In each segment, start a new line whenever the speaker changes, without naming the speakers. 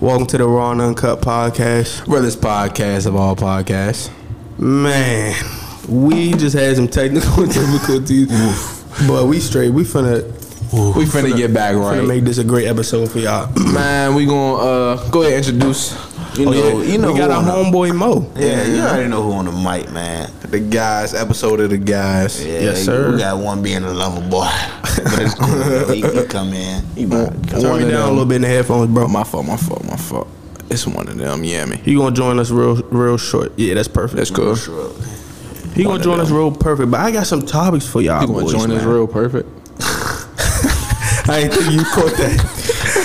Welcome to the Raw and Uncut Podcast.
Brothers podcast of all podcasts.
Man, we just had some technical difficulties, but we straight. We finna,
We finna, get back
finna
right.
make this a great episode for y'all.
Man, we gonna uh, go ahead and introduce. You
Oh,
know,
yeah. You know
we got
who
our
on the-
homeboy Mo.
Yeah, you already know who on the mic, man.
the guys episode of the guys.
Yeah,
Yes, sir.
We got one being a lover boy, but it's cool. though. he, he come in. He about to come.
Turn
One
me
of
down a
them.
little bit in the headphones, bro.
Oh, my fault, my fault, my fault. It's one of them. Yeah, me.
You gonna join us real, real short. Yeah, that's perfect.
That's cool. You
Sure.
He gonna join us real perfect. But I got some topics for y'all.
gonna
boys,
join us
man.
real perfect?
I ain't think you caught that.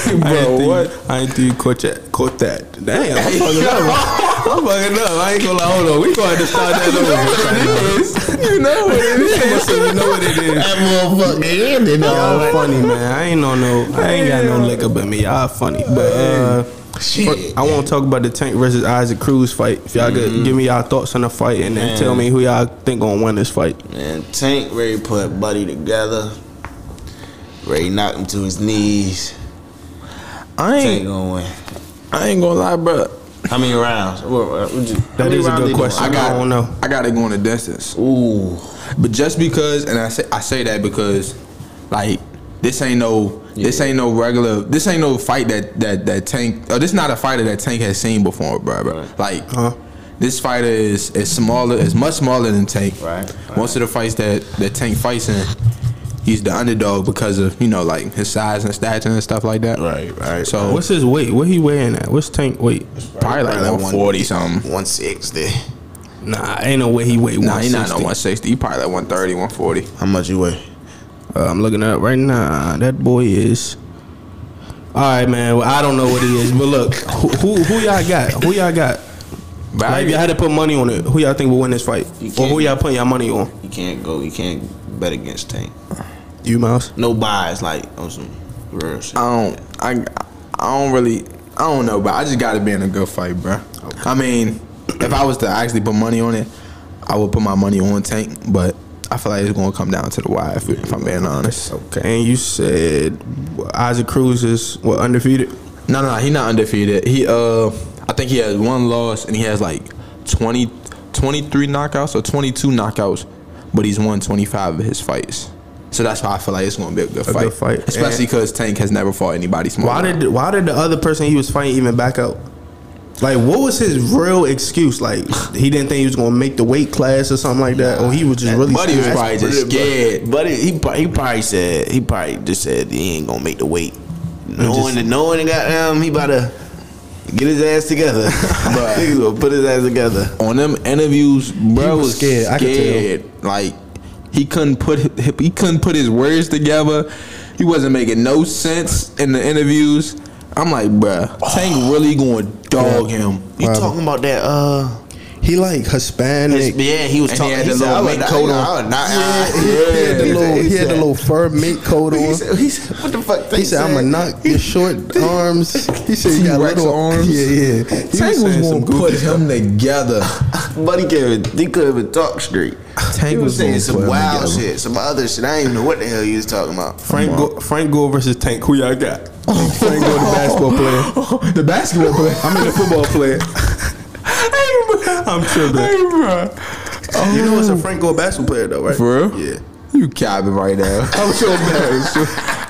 I ain't
Bro,
think-
what?
I ain't think you caught that. Caught that. Damn, I'm fucking up. I'm fucking up. I ain't gonna lie. Hold on. We gonna have to start that over.
You know what it is.
Listen, you know what it is.
That motherfucker ended
Y'all
all
funny, man. I ain't no no. I ain't got no liquor but me. Y'all funny, but uh,
Shit.
I want to talk about the Tank versus Isaac Cruz fight. If y'all
Mm-hmm.
could give me y'all thoughts on the fight and then tell me who y'all think gonna win this fight.
Man, Tank Ray put Buddy together. Ray knocked him to his knees.
I
Tank
ain't,
gonna win.
I ain't gonna lie, bro.
How many rounds? What, what, what you, how
That
many
is a
rounds they
good
doing?
question.
I got,
I don't know.
I got to go in the distance.
Ooh,
But just because, and I say I say that because, like, this ain't no this ain't no regular this ain't no fight that that that Tank. Or this not a fighter that Tank has seen before, bro. bro. Like,
Huh?
this fighter is is smaller, is much smaller than Tank.
Right, right.
Most of the fights that that Tank fights in, he's the underdog because of you know like his size and stature and stuff like that.
Right, right,
So
What's his weight? What he weighing at? What's Tank weight?
probably like
Probably like
one forty
um,
something.
one sixty.
Nah, ain't no way he weigh
Nah, he not
160.
no one sixty. He probably like 130, 140.
How much you weigh?
Uh, I'm looking it up right now. That boy is. All right, man. Well, I don't know what he is, but look, who who, who y'all got? Who y'all got?
But
Like, if y'all had to put money on it, who y'all think will win this fight,
You
or
can't-
who y'all putting y'all money on?
You can't go. You can't bet against Tank.
You, Miles.
No buys, like on some real shit.
I don't. I. I don't really. I don't know, but I just got to be in a good fight, bro. I mean, if I was to actually put money on it, I would put my money on Tank, but I feel like it's gonna come down to the wire. If, if I'm being honest,
Okay, and you said Isaac Cruz is what undefeated.
no, no, no, he not undefeated. He uh, I think he has one loss and he has like 20, 23 knockouts or twenty two knockouts, but he's won twenty five of his fights. So that's why I feel like it's gonna be a good,
A
fight.
good fight.
especially because Tank has never fought anybody smaller.
Why did why did the other person he was fighting even back out? Like, what was his real excuse? Like, he didn't think he was gonna make the weight class or something like that, or he was just really.
Buddy was
scared?
probably just scared.
But he he probably, he probably said he probably just said he ain't gonna make the weight. Knowing that knowing that goddamn he about to get his ass together. but he gonna put his ass together.
on them interviews, bro
was
was,
scared,
scared.
I could tell.
Like he couldn't put he couldn't put his words together. He wasn't making no sense in the interviews. I'm like, bruh, Tank really going to dog him.
You talking about that? Uh,
He like Hispanic.
his, yeah, he was
And he
talking.
had the
said,
little
I would
mink
not-
coat on.
I would not-
He had the
Yeah.
little, he had the
said-
little fur mink coat on.
He said, he said, "What the fuck?"
He said, "I'm gonna knock your short arms." He said, "You got
T-Rex
little
arms.
Yeah, yeah. He
Tank was
saying some
going to
goofy
put
stuff.
him together.
Buddy can't even, he couldn't even talk straight.
Tank
he was,
was
saying
gonna put
some
him
wild
together.
shit, some other shit. I didn't even know what the hell he was talking about.
Frank Go, Frank Gore versus Tank. Who y'all got? Frank Gore, the basketball player.
the basketball player.
I mean, the football player. I'm tripping. You know it's a Frank Gore basketball player though, right?
For real?
Yeah.
You capping right now. I'm so embarrassed.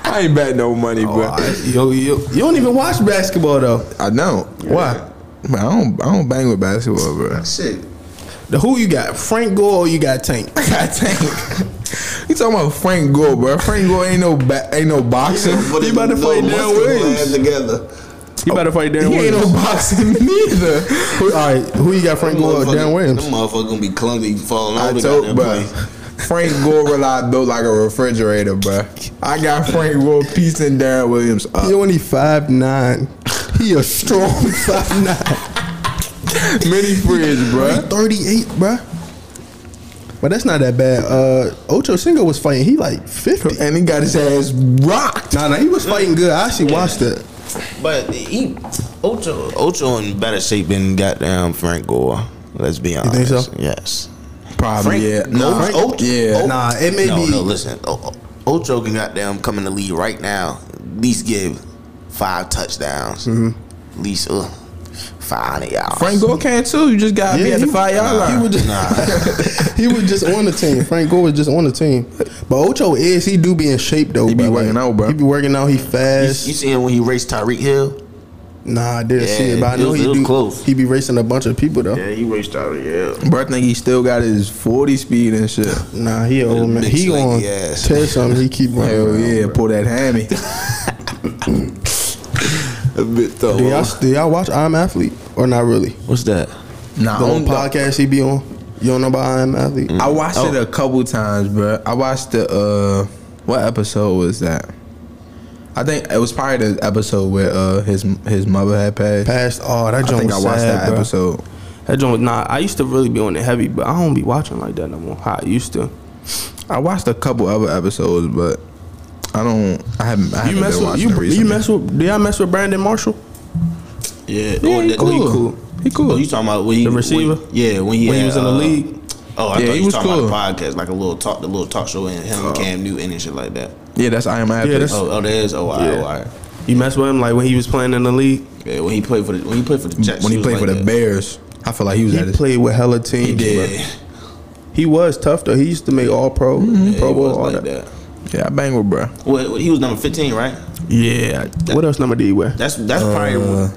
I ain't bet no money,
Bro,
bro.
Oh, I- yo, yo, you don't even watch basketball though.
Oh, I don't.
Why?
Man, I don't. I don't bang with basketball, bro.
Shit.
The who you got? Frank Gore or you got Tank?
God dang. You talking about Frank Gore, bro? Frank Gore ain't no ba- ain't no boxer.
Put
he
his
about to
little
fight Darren
muscular ass
Williams.
together.
He about to fight
He
Darren
ain't no
Williams.
boxing neither.
Who- all right, who you got? Frank Gore or
Motherfucker-
Darren Williams?
Them motherfucker gonna be clumsy falling
I
over.
told bro. Frank Gore relied built like a refrigerator, bro. I got Frank Gore piecing Darren Williams
He
up.
only five nine. He a strong five nine.
Many friends, bro.
Thirty eight, bruh. But that's not that bad. Uh, Ocho Cinco was fighting. He like fifty.
And he got his ass rocked.
Nah, nah, he was fighting good. I actually watched it.
But he Ocho Ocho in better shape than goddamn Frank Gore. Let's be honest.
think so?
Yes.
Probably, yeah. No,
Frank-
Frank- yeah.
Ocho-
Nah, it may
no,
be-
No, listen. O- O- Ocho can goddamn come in the lead right now. At least give five touchdowns. At least uh, five hundred yards.
Frank Gore can too. You just got to be
Yeah,
at the
he-
five yard
nah,
line.
he would just, nah.
he was just on the team. Frank Gore was just on the team. But Ocho is he do be in shape though.
He be
bruh.
working out, bruh.
He be working out. He
you, you
fast.
see him when he raced Tyreek Hill?
nah, I didn't
Yeah,
see it, but I
it
know
was-
he
it was
do.
close.
He be racing a bunch of people though.
he raced Tyreek Hill.
Bro, I think he still got his 40 speed and shit.
Nah, he a old man.
big
He
slinky
gonna
ass.
tear something. He keep running.
Hell
around,
yeah,
bruh.
pull that hammy.
A bit
Do y'all,
though.
do y'all watch I'm Athlete or not really?
What's that?
Nah,
The
I
whole
don't know. Mm.
podcast he be on. You don't know about I'm Athlete?
I watched it
Oh.
a couple times, bro. I watched the uh, what episode was that? I think it was probably the episode where uh his his mother had passed.
Past oh that
I
joint
think I
was
watched
sad,
that
bruh.
episode.
That joint nah. I used to really be on it heavy, but I don't be watching like that no more. How I used to.
I watched a couple other episodes, but I don't. I haven't. I
You
haven't
mess
been
with
watching
you,
it
you
recently.
mess with do y'all mess with Brandon Marshall?
Yeah,
Yeah,
oh,
he
that- oh,
cool. He cool.
Oh, you talking about when he,
The receiver?
When, yeah, when he
When he
had,
was in the
uh,
league?
Oh, I
Yeah,
thought
he
you
was
was talking
cool.
about the podcast, like a little talk, the little talk show, and him,
Uh,
Cam Newton, and shit like that.
yeah, that's I am athlete.
Yeah, that's-
Oh, oh, there's oh, all right,
Yeah.
all right.
You mess with him like when he was playing in the league?
Yeah, when he played for the when he played for the Jets,
when he
was
played
like
for the
that.
Bears, I feel like he was at
He
his.
played with hella teams.
He did.
Yeah,
He was tough though. He used to make all pro,
yeah,
pro bowl,
he was
all
like
that.
that.
Yeah, I bang with bro.
Well, he was number fifteen, right?
Yeah. what else number did he wear?
That's that's probably.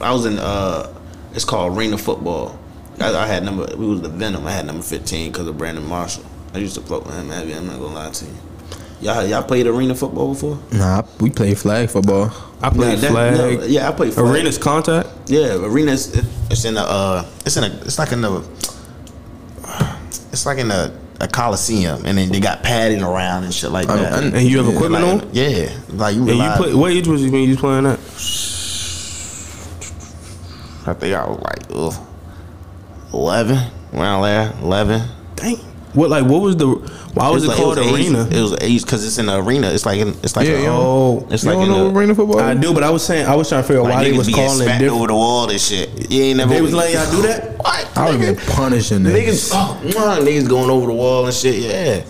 I was in. uh It's called Arena Football. I, I had number. We was the Venom. I had number fifteen because of Brandon Marshall. I used to float with him heavy. I'm not gonna lie to you. Y'all y'all played Arena Football before?
Nah, we played flag football.
I
Nah,
played
that-
flag.
no, yeah, I played flag.
Arenas contact.
Yeah, arenas. It, it's in a. Uh, it's in a. It's like in a. It's like in a, a coliseum, and then they got padding around and shit like
Oh,
that.
and-
and you have
Yeah,
equipment
like-
on?
Yeah, like you.
And
rely-
you play what age was you when you was playing that?
I think I was like ugh, eleven around there. Eleven.
Dang. What like what was the why was it,
like,
called
was
arena?
Age, it was age because it's in the arena. It's like in, it's like
Yeah,
a,
yeah.
Oh.
it's
you
like
don't
in
know
a,
arena football?
I do, but I was saying I was trying to figure out
like
why they
niggas
was
being
calling it
smacked
different.
over the wall and shit. You ain't never.
They was letting y'all do that?
What?
I was
nigga?
getting punished in there.
Niggas, oh, mwah, niggas going over the wall and shit. Yeah,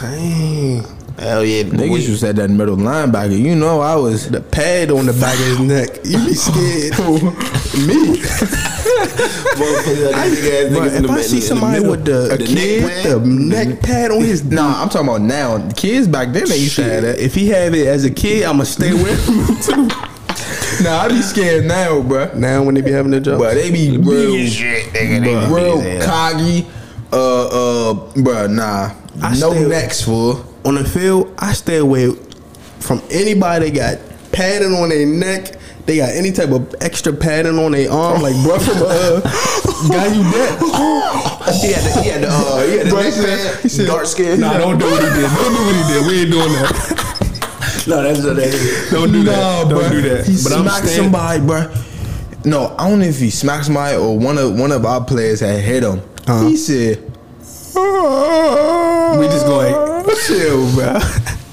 Dang.
hell yeah.
Niggas
We-
just had that middle linebacker. You know, I was.
The pad on the back of his neck. You be scared. Me.
Motherfucker, that nigga ass
But
niggas in
if
the
I
mid-
see
in the
somebody
middle.
with the,
The
kid
neck
with
pad?
the neck pad on his neck,
Nah, I'm talking about now. The kids back then they used to have that.
if he have it as a kid, I'ma stay with him too.
Nah, I be scared now, bruh.
Now when they be having the job,
But they be
Big as
real,
shit, nigga. They big
real
as hell.
coggy. Uh, uh, bruh, nah.
I
no
still-
necks, fool.
on the field, I stay away from anybody that got padding on their neck. They got any type of extra padding on their arm, like bro from uh, got you that.
He had the, he had the, uh, he had the
Bro, he
neck
said-
pad,
he said-
dark skin.
Nah, don't do what he did. Don't do what he did. We ain't doing that.
no, that's what that is.
Don't do that.
bruh.
Don't do that.
He
But I'm
smacked
staying-
somebody, bruh. No, I don't know if he smacked somebody or one of one of our players had hit him.
Uh-huh.
He said,
We just going chill, bro.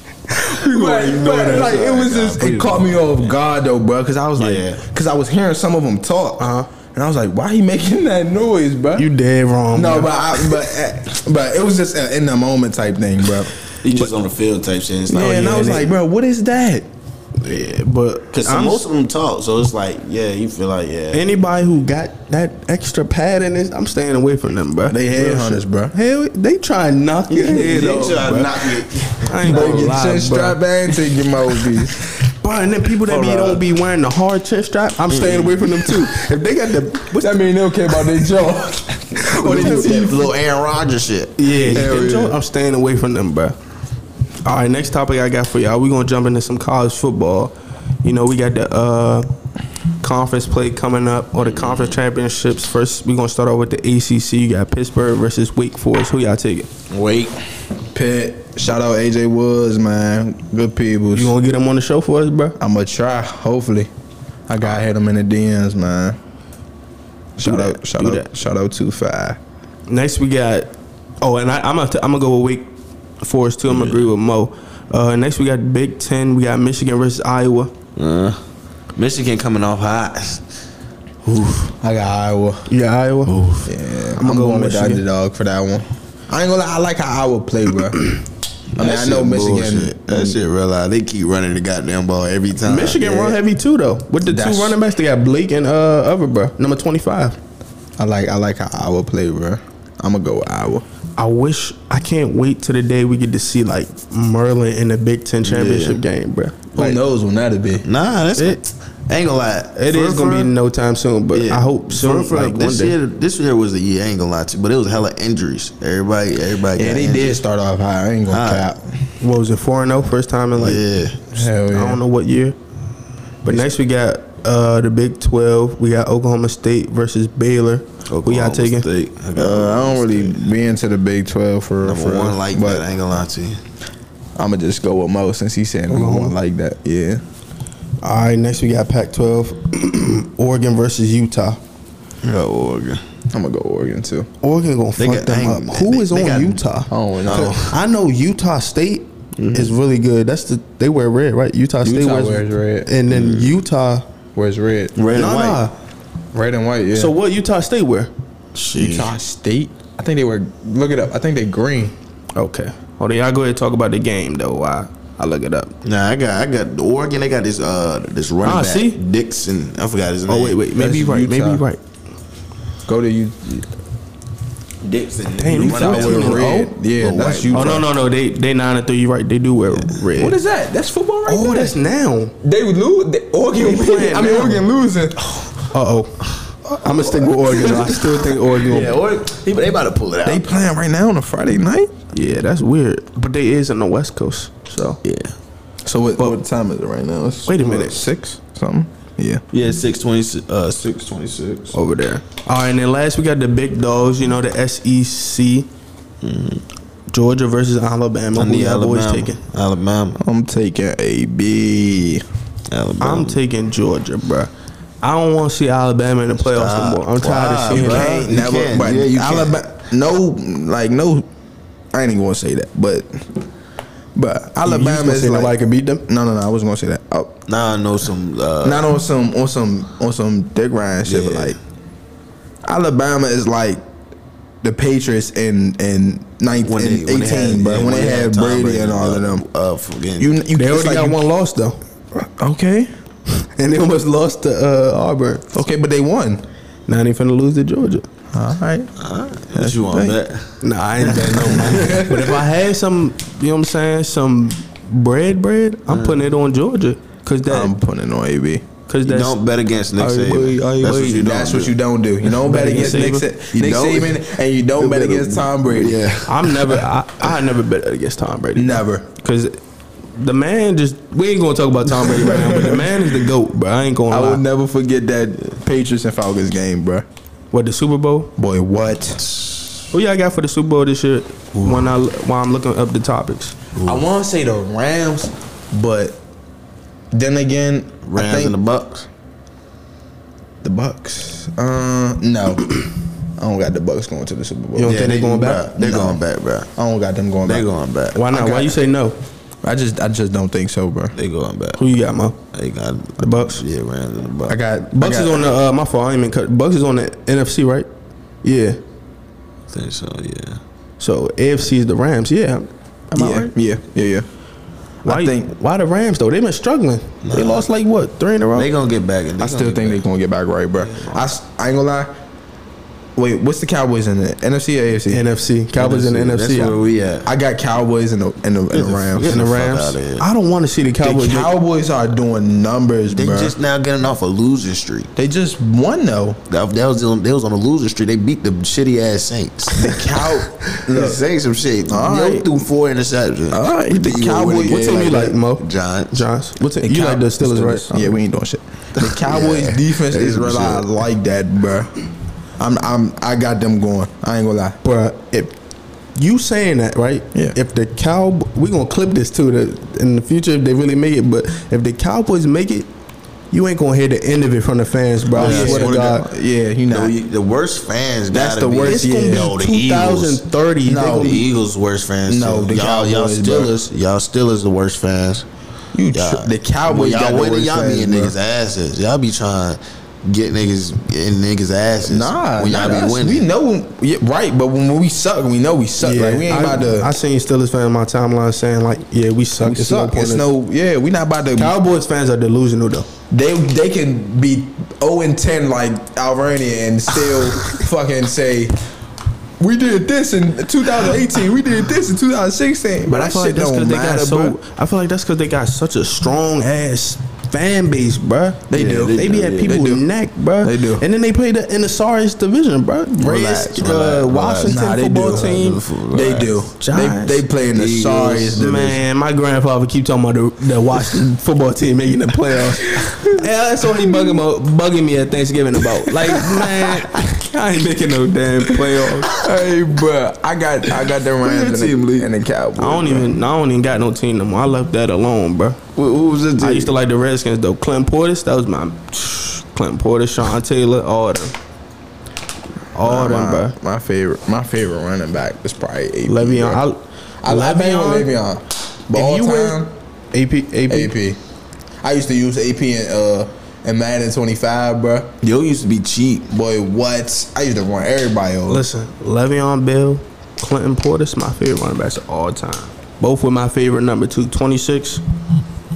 we
Right,
going
but,
right,
like it was just it caught me off guard though, bro, because I was like,
Yeah.
because I was hearing some of them talk,
Uh-huh.
and I was like, why he making that noise, bro?
You dead wrong.
no,
bruh.
but I, but eh, but it was just a in the moment type thing, bro.
He just on the field type shit. It's
Yeah,
like,
and
Oh, yeah,
I was
they-
like, bro, what is that?
Yeah, but
because
I'm-
most of them talk, so it's like, yeah, you feel like, yeah.
anybody who got that extra pad in this, I'm staying away from them, bro.
They
Real
headhunters,
shit.
bruh.
Hell, they try to knock your
They
head off.
try to
bruh.
knock it.
I ain't
Bro,
gonna
get
lie,
chin strap
bro.
and take your mobies.
And then people that be
Alright.
don't be wearing the hard chest strap, I'm staying away from them too. If they got the, what's that?
mean they don't care about their jaw.
Or they just
That little Aaron Rodgers shit.
Yeah,
Hell
them
yeah.
joint, I'm staying away from them, bro. All right, next topic I got for y'all. We're gonna jump into some college football. You know, we got the uh, conference play coming up or the conference championships. First, we're gonna start off with the ACC. You got Pittsburgh versus Wake Forest. Who y'all taking?
Wait.
Pitt, shout out AJ Woods, man, good people.
You gonna get them on the show for us, bro?
I'ma try. Hopefully, I gotta hit him in the DMs, man. Shout
Do
out,
that,
shout
do
out,
that.
shout out to five.
Next, we got Oh, and I, I'm gonna t- I'm gonna go with Wake Forest too. I'm gonna agree with Mo. Uh, next we got Big Ten. We got Michigan versus Iowa.
Uh, Michigan coming off hot.
I got Iowa.
Yeah, Iowa.
Oh, Yeah,
I'm going
I'm, going with the
Michigan.
underdog for that one. I ain't gonna lie, I like how Iowa play, bro. I mean, I know Michigan.
Bullshit. That shit real loud. They keep running the goddamn ball every time.
Michigan
Yeah.
run heavy too though. With the
That's-
two running backs, they got Blake and uh other bro, number twenty five.
I like I like how Iowa play, bro. I'm gonna go with Iowa.
I wish I can't wait till the day we get to see like Merlin in the Big Ten championship game, bro.
Who knows when that'll be?
Nah, that's
It-
I ain't gonna lie.
It is gonna be no time soon, but I hope soon.
For, for
like one
this
day.
year, this year was the year. I ain't gonna lie to you, but it was hella injuries. Everybody, everybody.
Yeah,
got
they
injured.
did start off high. I ain't gonna
High.
cap.
What was it? Four and zero, first time in like
Yeah,
Hell
I don't know what year. But next we got uh, the Big Twelve. We got Oklahoma State versus Baylor. we
Oklahoma
got taking.
State. I got
Uh, I
Oklahoma
don't really
State.
be into the Big Twelve for
number
for real,
one like
but
that. I ain't gonna lie to you.
I'm gonna just go with Mo since he said number one like that. Yeah,
All right, next we got Pac twelve, Oregon versus Utah.
Yeah, Oregon.
I'm gonna go Oregon too.
Oregon gonna
They
fuck
got-
them
I
up.
ain't-
Who
they-
is
they
on
got-
Utah?
Oh no,
I know Utah State is really good. That's the they wear red, right? Utah State
Utah
wears,
wears red.
and then Utah.
where's red?
Red
Nah,
and white.
nah.
Red and white. Yeah.
So what Utah State wear?
Shit.
Utah State. I think they were. Look it up. I think they green.
Okay, hold on. Oh, Y'all go ahead and talk about the game though. I I look it up.
Nah, I got I got Oregon. They got this uh this running
Ah,
back
see?
Dixon. I forgot his name.
Oh wait, wait.
That's
Maybe you right. Maybe
Utah.
you right.
Go to you.
Dixon.
Damn, you
Running back.
14 and
red.
oh?
Yeah,
Little
that's
white.
Utah.
Oh no no no. They they nine and three. You right. They do wear red.
What is that? That's football right
Oh,
there.
that's now.
they lose. They, Oregon.
They
winning.
playing
I mean,
now.
Oregon losing.
Uh oh. I'm gonna stick with Oregon. I still think Oregon.
Yeah,
Yeah,
Oregon. They, they about to pull it out.
They playing right now on a Friday night.
that's weird. But they is on the West Coast. So
yeah.
So what, what time is it right now? It's
Wait a minute.
six something. Yeah.
Yeah, six twenty uh six twenty six.
over there. All right, and then last we got the big dogs. You know the SEC. Mm-hmm. Georgia versus Alabama.
I
Who
need
y'all boys
Alabama.
taking?
Alabama.
I'm taking a B.
Alabama.
I'm taking Georgia, bruh. I don't want to see Alabama in the playoffs no more. I'm tired
Why,
of seeing
bruh?
that.
Can't
you
never.
can't.
But
Yeah, you can't.
Alabama, no, like no. I ain't even gonna say that, but but Alabama is like.
can beat them.
no, no, no. I was gonna say that. Oh,
now I know some uh
not on some on some on some Dick Ryan shit,
Yeah.
but like Alabama is like the Patriots in in nineteen
when they,
and
when they had,
eighteen, but when they had
Tom
Brady and all of them,
Uh, forgetting.
you you
They
it's
already
like
got
you-
one loss though,
Okay,
and they almost lost to uh, Auburn.
okay, but they won.
Now they finna lose to Georgia.
All right,
what you want that?
Nah, I ain't got no money. but if I had some, you know what I'm saying, some bread, bread, I'm putting it on Georgia. Cause
I'm
that,
putting it on AB.
cause
Mm. Um, You
that's
don't bet against Nick
Aye,
Saban.
boy, aye,
That's
boy.
what you don't.
That's
do.
what you don't do. You don't bet against Nick,
Saban?
Sa-
You
Nick
don't-
Saban, and you don't bet against Tom Brady.
Yeah.
I'm never, I, I never bet against Tom Brady.
Never.
Cause the man just, we ain't gonna talk about Tom Brady right now, but the man is the goat. But I ain't gonna
I
lie.
will never forget that Patriots and Falcons game, bruh.
what the Super Bowl?
Boy, what?
Who y'all got for the Super Bowl this year? When I while I'm looking up the topics,
I want to say the Rams, but then again, I
Rams
think
and the Bucks.
the Bucks. Uh, no, I don't got the Bucks going to the Super Bowl.
You don't think they going back?
They're
No.
going back, bro.
I don't got them going
They're
back.
going back.
why not?
got-
Why you say no?
I just, I just don't think so, bruh.
They going back.
Who you got, Mo?
They got
The Bucks.
yeah, Rams and the Bucks.
I got
Bucks
I got,
is on the uh, my fault. I ain't even cut. Bucks is on the NFC, right? Yeah.
I think so. Yeah.
So AFC is the Rams. Yeah. Am I
yeah,
right?
yeah, yeah, yeah.
Why,
I think
why the Rams though? They've been struggling. They lost like what three in a row.
They gonna get back. And
I still think they're gonna get back right, bro. I, s- I ain't gonna lie. Wait, what's the Cowboys in it? NFC or AFC?
NFC Cowboys in the
That's where
NFC.
we at.
I got Cowboys and the and the, and the Rams.
In
Get
the
the fuck
Rams.
outta here.
I don't want to see the
The
Cowboys.
Cowboys are doing numbers,
They
bro.
just now getting off a losing streak.
they just won though.
That, that was they was on a losing streak. They beat the shitty ass Saints.
The Cow.
The
look,
Saints some shit.
All
Yo
right.
threw four interceptions.
All right,
You
the
think you gonna win
Cowboys-
a
What
game
team you like,
that?
Mo?
Giants.
Johns. What's it? You
Cow-
like the Steelers, right?
Yeah, we ain't doing shit. The Cowboys
Yeah.
defense
They
is
some
relied
shit.
like that, bro. I'm I'm I got them going. I ain't gonna lie.
Bruh, if you saying that right,
Yeah.
If the cow, we gonna clip this too. The, in the future, if they really make it, but if the Cowboys make it, you ain't gonna hear the end of it from the fans, bro. I
Yeah.
swear to
Yeah.
God.
yeah, you know.
The, the worst fans.
That's
gotta
the
be-
worst,
It's gonna
yeah.
be
No, the Eagles.
2030. They
No,
gonna
the
be-
Eagles worst fans.
No,
too.
the
y'all, y'all
Cowboys, bro.
Steelers, y'all Steelers the worst fans.
You tri- the Cowboys
Y'all
got the
winning,
worst
y'all
fans,
be in
bro.
niggas asses. Y'all be trying to get niggas in niggas asses.
Nah,
when
nah,
y'all
that's-
be winning.
we know, yeah, right? But when, when we suck, we know we suck. like we ain't
I,
about to.
I seen Steelers fans on my timeline saying like, "Yeah, we suck.
we
it's no
suck.
point."
it's
in-
no. Yeah, we not about to.
Cowboys fans are delusional though.
they they can be zero and ten like Alvernia and still fucking say. We did this in 2018. We did this in 2016. But
I
that
feel
shit
like that's
don't
they
matter,
got so.
bro.
I feel like that's because they got such a strong ass fan base, bruh.
They do.
They, be
They
at
do.
people's
They do.
neck, bruh.
They do.
And then they play the in the sorriest division, bruh.
Relax,
Reds,
relax,
uh,
relax.
Washington
Nah, they
football
do.
team.
They do.
Giants,
They, they play in the
Eagles,
sorriest division.
Man, my grandfather keep talking about the, the Washington football team making the playoffs. yeah, that's all he bugging, mo- bugging me at Thanksgiving about. Like, man, I ain't making no damn playoffs.
hey, bro, I got I got the Rams and the, and the Cowboys.
I don't
bro.
even, I don't even got no team no more. I left that alone, bro.
Who, who was the team?
I used to like the Redskins though. Clint Portis, that was my Clint Portis, Sean Taylor, all of them, all of them, bro.
my, my favorite, my favorite running back was probably AP.
Le'Veon,
bro.
I,
I love
Le'Veon.
Le'Veon. But all
you
time,
AP, AP,
AP. I used to use AP in uh in Madden 25, bro.
Yo used to be cheap.
Boy, what? I used to run everybody over.
Listen, Le'Veon Bell, Clinton Portis, my favorite running backs of all time. Both were my favorite number two, 26.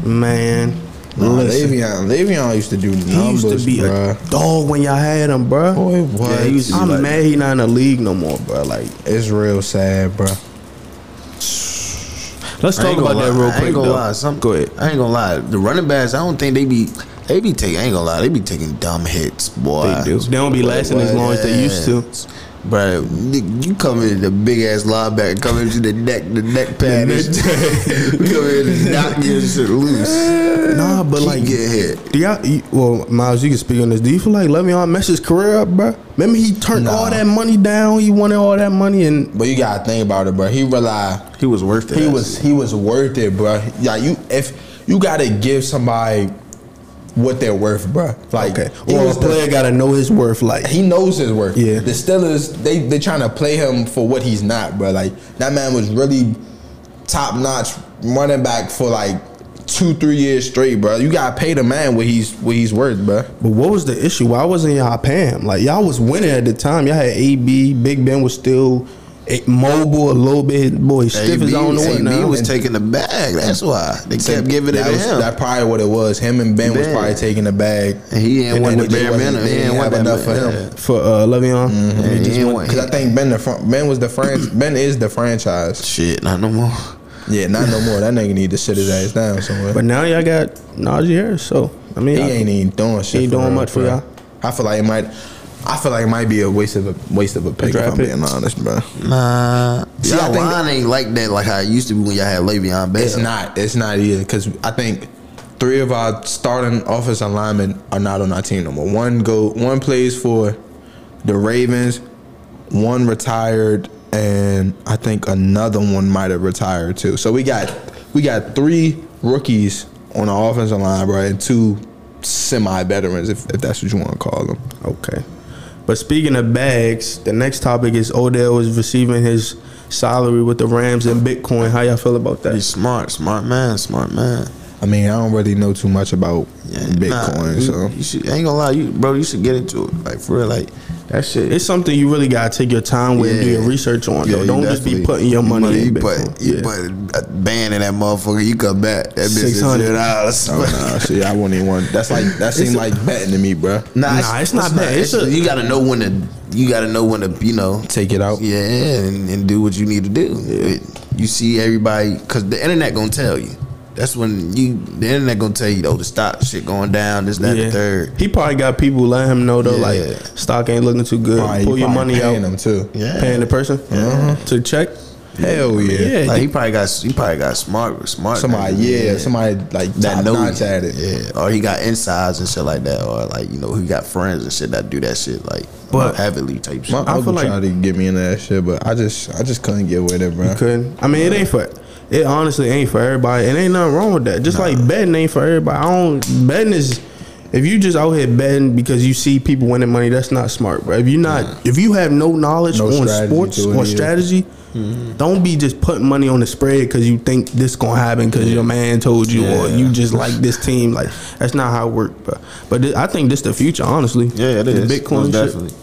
Man,
Nah,
listen.
Le'Veon, Le'Veon used to do
He
numbers,
used to be
bro.
a dog when y'all had him, bro.
Boy, what?
Yeah, he used to be
I'm
like-
mad he not in the league no more, bro. Like,
it's real sad, bro.
let's
I
talk
ain't
about
gonna
that
lie,
real
I
quick,
ain't gonna
though.
lie. Some,
Go ahead.
I ain't gonna lie. The running backs, I don't think they be. They be taking. I ain't gonna lie. They be taking dumb hits, boy.
They do. They don't be lasting as long as they used to.
Bro, you come in the big ass linebacker, come into the neck, the neck pad, and shit. come in and knock your shit loose.
Nah, but
Keep
like,
getting hit.
do y'all? you- Well, Miles, you can speak on this. Do you feel like Le'Veon messed his career up, bro? Remember he turned
Nah.
all that money down. He wanted all that money, and
But you gotta think about it, bro. He realized
He was worth it.
He was he was worth it, bro. Yeah, you if you gotta give somebody what they're worth, bro. Like
okay,
he,
or a
was the-
player gotta know his worth. Like,
he knows his worth.
Yeah.
the Steelers they they trying to play him for what he's not, bro. Like that man was really top notch running back for like two three years straight, bro. You gotta pay the man what he's what he's worth, bro.
but what was the issue? Why wasn't y'all paying him? Like, y'all was winning at the time. Y'all had AB. Big Ben was still eh, mobile a little bit. Boy, he's stiff as I don't know what
AB
now.
was taking the bag. That's why they kept giving it
that
to
was,
him.
That probably what it was. Him and Ben, was
Ben.
probably taking the bag.
and he ain't
and
want
they
the
just
bare
wasn't-
minimum.
they
He
didn't
ain't want
have
that
enough for him.
Yeah.
for uh, Le'Veon.
Yeah, he ain't want-
Cause I think Ben the fran- Ben was the fran- Ben is the franchise.
shit, not no more.
Yeah, not no more. That nigga need to sit his ass down somewhere.
But now y'all got Najee Harris. So I mean,
he
y'all-
ain't even doing shit.
He ain't
for
doing
real,
much for
bro.
y'all?
I feel like it might. I feel like it might be a waste of a waste of a pick.
draft
if I'm
pick?
being honest, bro.
Nah,
See, I
y'all
think-
line ain't like that like how it used to be when y'all had Le'Veon Bell.
It's not. It's not either. Cause I think three of our starting offensive linemen are not on our team no more. One go. One plays for the Ravens. One retired, and I think another one might have retired too. So we got we got three rookies on our offensive line, bro, and two semi veterans, if, if that's what you want to call them.
Okay. But speaking of bags, the next topic is Odell is receiving his salary with the Rams in Bitcoin. How y'all feel about
He's
that?
smart, smart man, smart man.
I mean, I don't really know too much about
Yeah,
Bitcoin,
nah,
so
you, you should, I ain't gonna lie, you bro, you should get into it. Like for real, like that shit.
It's something you really gotta take your time with and do
Yeah.
your research on.
Yeah,
though.
you
Don't just be
definitely-
putting your money,
You
in
put,
Bitcoin.
you
Yeah.
put a band in that motherfucker. You come back. That bitch is
$600.
zero dollars.
oh, nah, see, I wouldn't even want. That's like that seemed like betting to me, bro.
Nah, it's not bad. It's a-
you gotta know when to. You gotta know when to. You know.
Take it out.
Yeah, and, and do what you need to do. It- you see everybody because the internet gonna tell you. That's when you the internet gonna tell you though the stock shit going down. This that
Yeah.
the third.
He probably got people letting him know though,
Yeah.
like stock ain't looking too good.
Probably-
Pull your
probably
money out.
paying them too.
Yeah.
Paying the person
Mm-hmm.
to check.
Hell yeah.
Yeah.
Like he probably got he probably got smart smart
Somebody,
niggas,
yeah, somebody like that
that know
notch
you.
at it.
Yeah, or he got insides and shit like that, or like you know he got friends and shit that do that shit like
But-
heavily type shit.
My
I
uncle
feel like-
tried to get me into that shit, but I just, I just couldn't get with it, bro.
Couldn't. I mean, it ain't for. It honestly ain't for everybody. It ain't nothing wrong with that. Just like betting ain't for everybody. I don't. Betting is. If you just out here betting because you see people winning money, that's not smart, bro. If you not, if you have no knowledge
No
on
strategy
sports
to it
or
either.
strategy,
Mm-hmm.
don't be just putting money on the spread because you think this gonna happen because your man told you or
Yeah.
you just like this team. Like that's not how it works, bro. But thi- I think this the future, honestly.
Yeah, it
The
is.
Bitcoin
Most
shit.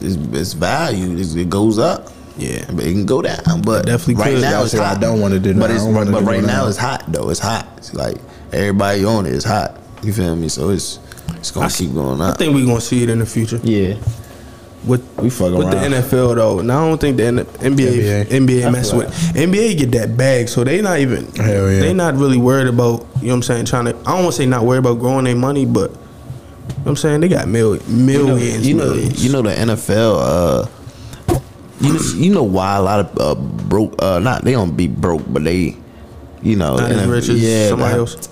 It's, it's value. It's, it goes up.
Yeah.
but it can go down. But
definitely
right
could.
now
That's
it's
what I
hot.
don't wanna do
But
now.
it's
I don't wanna
but
do
right
that.
now it's hot though. It's hot. It's like everybody on it is hot. You feel me? So it's it's gonna
I s-
keep going
I
up.
think we gonna see it in the future.
Yeah.
With
We fuck
with the
around.
NFL though, and I don't think the N- NBA
NBA.
NBA, mess
feel
with NBA get that bag, so they not even
Hell yeah.
they not really worried about you know what I'm saying trying to I don't want to say not worried about growing their money, but you know what I'm saying they got millions, millions,
you know,
millions.
you know the NFL. Uh, you know, you know why a lot of uh, broke. Uh, not they don't be broke, but they, you know,
Not as
NFL
rich as somebody
that-
else.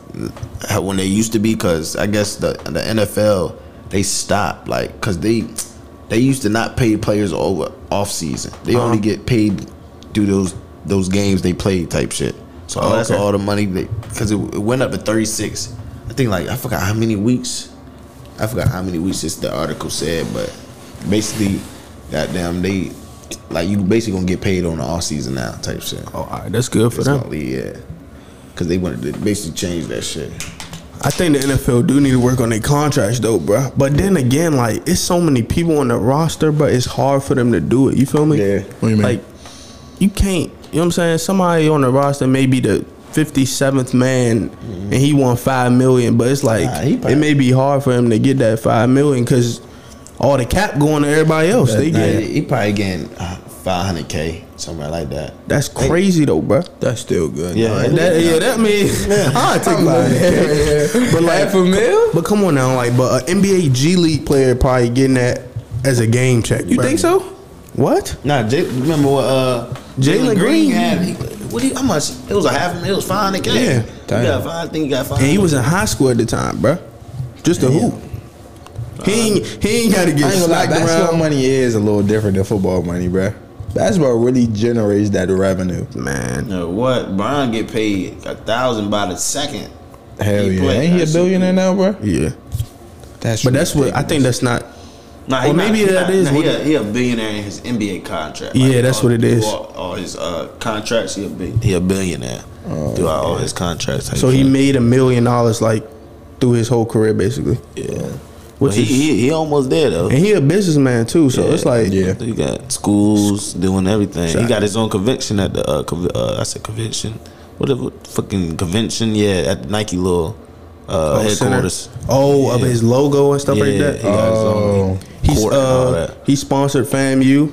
how- uh, When they used to be, because I guess the the NFL they stopped like because they they used to not pay players over off season. They only
Uh-huh.
get paid through those those games they played type shit. So
Oh,
that's
okay.
all the money they because it, it went up to thirty six. I think like I forgot how many weeks. I forgot how many weeks this the article said, but basically, goddamn, they like you basically gonna get paid on the off season now type shit.
oh, all right, that's good for
It's
them.
gonna be, yeah, because they wanted to basically change that shit.
I think the NFL do need to work on their contracts though, bruh. But then again, like it's so many people on the roster, but it's hard for them to do it. You feel me?
Yeah.
What you mean?
Like you can't. You know what I'm saying? Somebody on the roster may be the 57th man, and he won five million, but it's like
Nah, he probably-
it may be hard for him to get that five million because all the cap going to everybody else. They
Nah,
get
he probably getting uh, five hundred k somewhere like that.
that's crazy though, bruh.
That's still good.
Yeah.
Like that, yeah, that means I take five. But like,
Half a mil?
but come on now, like, but an NBA G League player probably getting that as a game check.
You
bruh.
think so?
What?
Nah, J- remember what uh,
Jalen Green.
had? he- What do you, how much? It was a half. It was five hundred k.
Yeah.
he got five. I think he got five.
And he was in high school at the time, bruh. Just a hoop. He ain't, he ain't got to
I
get
ain't gonna lie,
slacked
basketball
around.
money is a little different than football money, bruh. Basketball really generates that revenue.
Man,
No, what? Brian get paid a thousand by the second.
Hell
He
yeah.
play-
Ain't he a
that's-
billionaire now, bruh?
yeah.
That's
But that's what I think. That's not.
Nah, he
Or maybe
not, he
that
not-
is
nah, he,
what-
a, he a billionaire in his NBA contract.
Yeah, that's
all-
what it is.
through All, all his uh, contracts, he a big.
he a billionaire.
Oh,
throughout all his contracts. type
So he
shit.
made a million dollars like through his whole career, basically.
Yeah.
Which
But he,
is-
he he almost there though.
And he a businessman too, so it's like
Yeah.
He got schools doing everything. He
Shot.
got his own convention at the uh, conv- uh I said convention, whatever fucking convention. Yeah, at the Nike little uh,
oh, center-
headquarters.
Oh, of his logo and stuff like
Yeah,
that.
he got his
Oh.
own
He's
court and all
uh,
that.
he sponsored FAMU.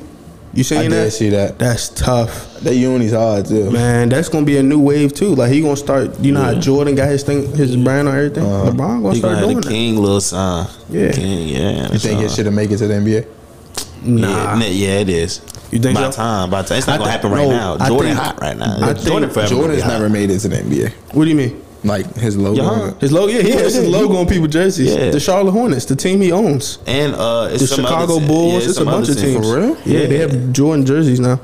You seen
I did
that?
see that.
That's tough,
That uni's hard too.
man. That's gonna be a new wave too. Like he gonna start. You know how Jordan got his thing, his brand on everything. LeBron gonna
Uh-huh. He
start
gonna have
doing
the king little sign.
Yeah.
King, yeah.
You think it
should?
should have make it to the NBA?
that. Nah,
Yeah, nah, yeah, it is.
You think
by
so?
time, by time, it's not
I
gonna
think-
happen right
no, I
now. Jordan
think-
hot right now.
I
Jordan
think
forever. gonna
Jordan's
be hot.
never made it to the NBA.
what do you mean?
Like his logo.
Yeah.
His logo, yeah, he has his
yeah,
logo on people jerseys.
Yeah.
The Charlotte Hornets, the team he owns,
And uh, it's
the
some other
Chicago
team-
Bulls.
yeah,
it's a
some
bunch
other
of
team.
teams.
Yeah, Uh-huh.
Yeah, they have Jordan jerseys now.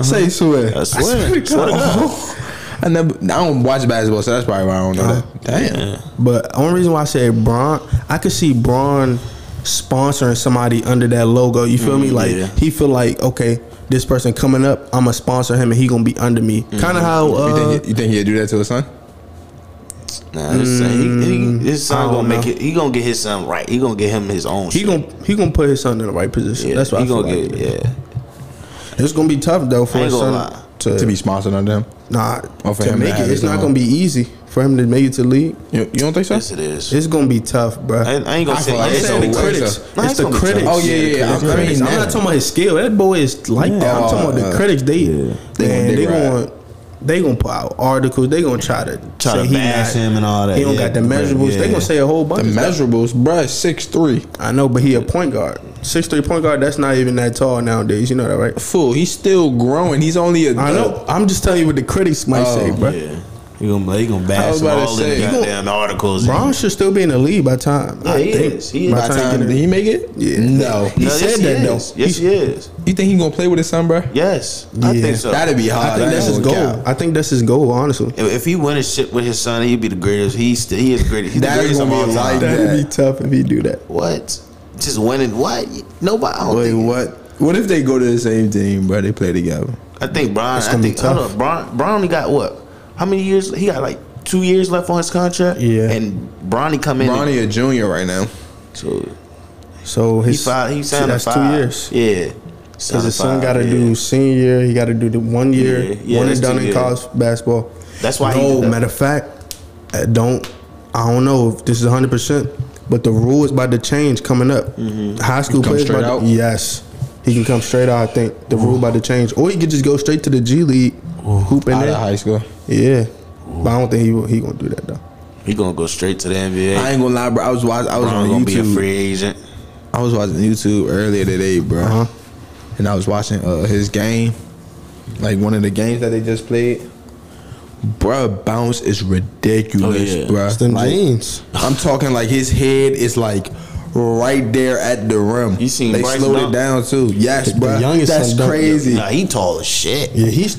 Say swear. swear to
I swear. Swear to
God.
God.
I never. I don't watch basketball, so that's probably why I don't know that. Damn.
Yeah.
But only reason why I said Braun, I could see Braun sponsoring somebody under that logo. You feel me? Like
Mm, yeah.
he feel like okay, this person coming up, I'ma sponsor him and he gonna be under me.
Mm-hmm.
Kind of how
You
uh,
think he, you think he'd do that to his son?
Nah, this son, he, he, his
Mm, I
son
don't
gonna make
know.
it. He gonna get his son right. He gonna get him his own.
he
shit.
gonna he gonna put his son in the right position.
Yeah,
That's what
he
I feel
gonna
like.
get. Yeah,
It's gonna be tough though for
I ain't
his
gonna
son
lie.
to,
To be sponsored under him?
nah
Or Oh, for
to
him to
make
have
it. It's
his
not
own.
gonna be easy for him to make it to the league.
You, you don't think so?
yes it is.
It's gonna be tough, bro.
I, I ain't gonna
I
say
feel like
I'm
yeah, it's
saying
a
the
way,
waste.
critics.
so-
Nah,
it's
it's
the
gonna be
critics.
tough.
Oh, yeah, yeah, yeah.
The
I'm
critics.
saying
I'm
that.
not talking about his skill. That boy is like that. I'm
Yeah.
talking about the critics. They
They gonna
man,
dig
they
right.
going they gonna put out articles. They gonna try to
Try
say
to
he
bash
not-
him and all that.
He don't
Yeah,
got the
yeah.
measurables. They gonna say a whole
The
bunch. of stuff.
measurables, bruh, six three.
I know, but he a point guard. Six three point guard. That's not even that tall nowadays. You know that, right?
Fool, he's still growing. He's only a.
I know. I'm just telling you what the critics might
Oh,
say, bro.
Yeah.
You gonna play? You gonna
I
bash
was
him
about to
all in
say,
the
you
gonna-
goddamn articles?
Bron should still be in the lead by time.
Yeah,
I
he
think.
is. He is.
By
By
time,
Time,
he
did
get
he make it?
Yeah.
No, he
No, yes,
said
he
that
is.
though.
Yes, he is.
You think he gonna play with his son, bro?
Yes, I
Yeah.
think so.
That'd be hard.
I think
That
that's his
ain't
goal.
gonna count.
I think that's his goal. Honestly,
If if he win a shit with his son, he'd be the greatest. He's still, he is the greatest. He's the
That
greatest of
gonna
all
be a
time.
life-
that'd
Yeah.
be tough if he do that.
What? Just winning what? Nobody. I don't
Wait,
think
what? What if they go to the same team, bro? They play together.
I think Brian.
It's
I
gonna be
think hold
tough.
up, Bron. Bron only got what? How many years? He got like two years left on his contract.
Yeah.
And Bronny come in.
Bronny a junior right now.
so
So
he
his
five. He
so
signed
that's
a
two
five.
years.
Yeah. Signed
Because
a
his son
five,
got to
yeah.
do senior year. He got to do the one year,
Yeah, yeah,
one
that's
and done
two
in
years.
college basketball.
That's why he
No,
did that.
matter of fact, I don't. I don't know if this is 100, percent but the rule is about to change coming up.
Mm-hmm.
High school
come
players,
straight
about to-
out?
yes, he can come straight out. I think the rule about to change, or he could just go straight to the G League, hoop in
Out of
there.
high school.
Yeah, but I don't think he will- he gonna do that though.
He gonna go straight to the NBA.
I ain't gonna lie, bro. I was watching. I was
Bron
on
gonna be a
YouTube.
free agent.
I was watching YouTube earlier today, bro.
Uh-huh.
And I was watching uh, his game, like one of the games that they just played. Bruh, bounce is ridiculous,
Oh, yeah.
bruh.
It's them
Like,
jeans.
I'm talking like his head is like right there at the rim.
You seen
they
Bryce
slowed
dunk?
it down too. Yes,
The- the
bruh.
youngest
That's
son dunk.
crazy.
Nah, he tall as shit.
Yeah, he's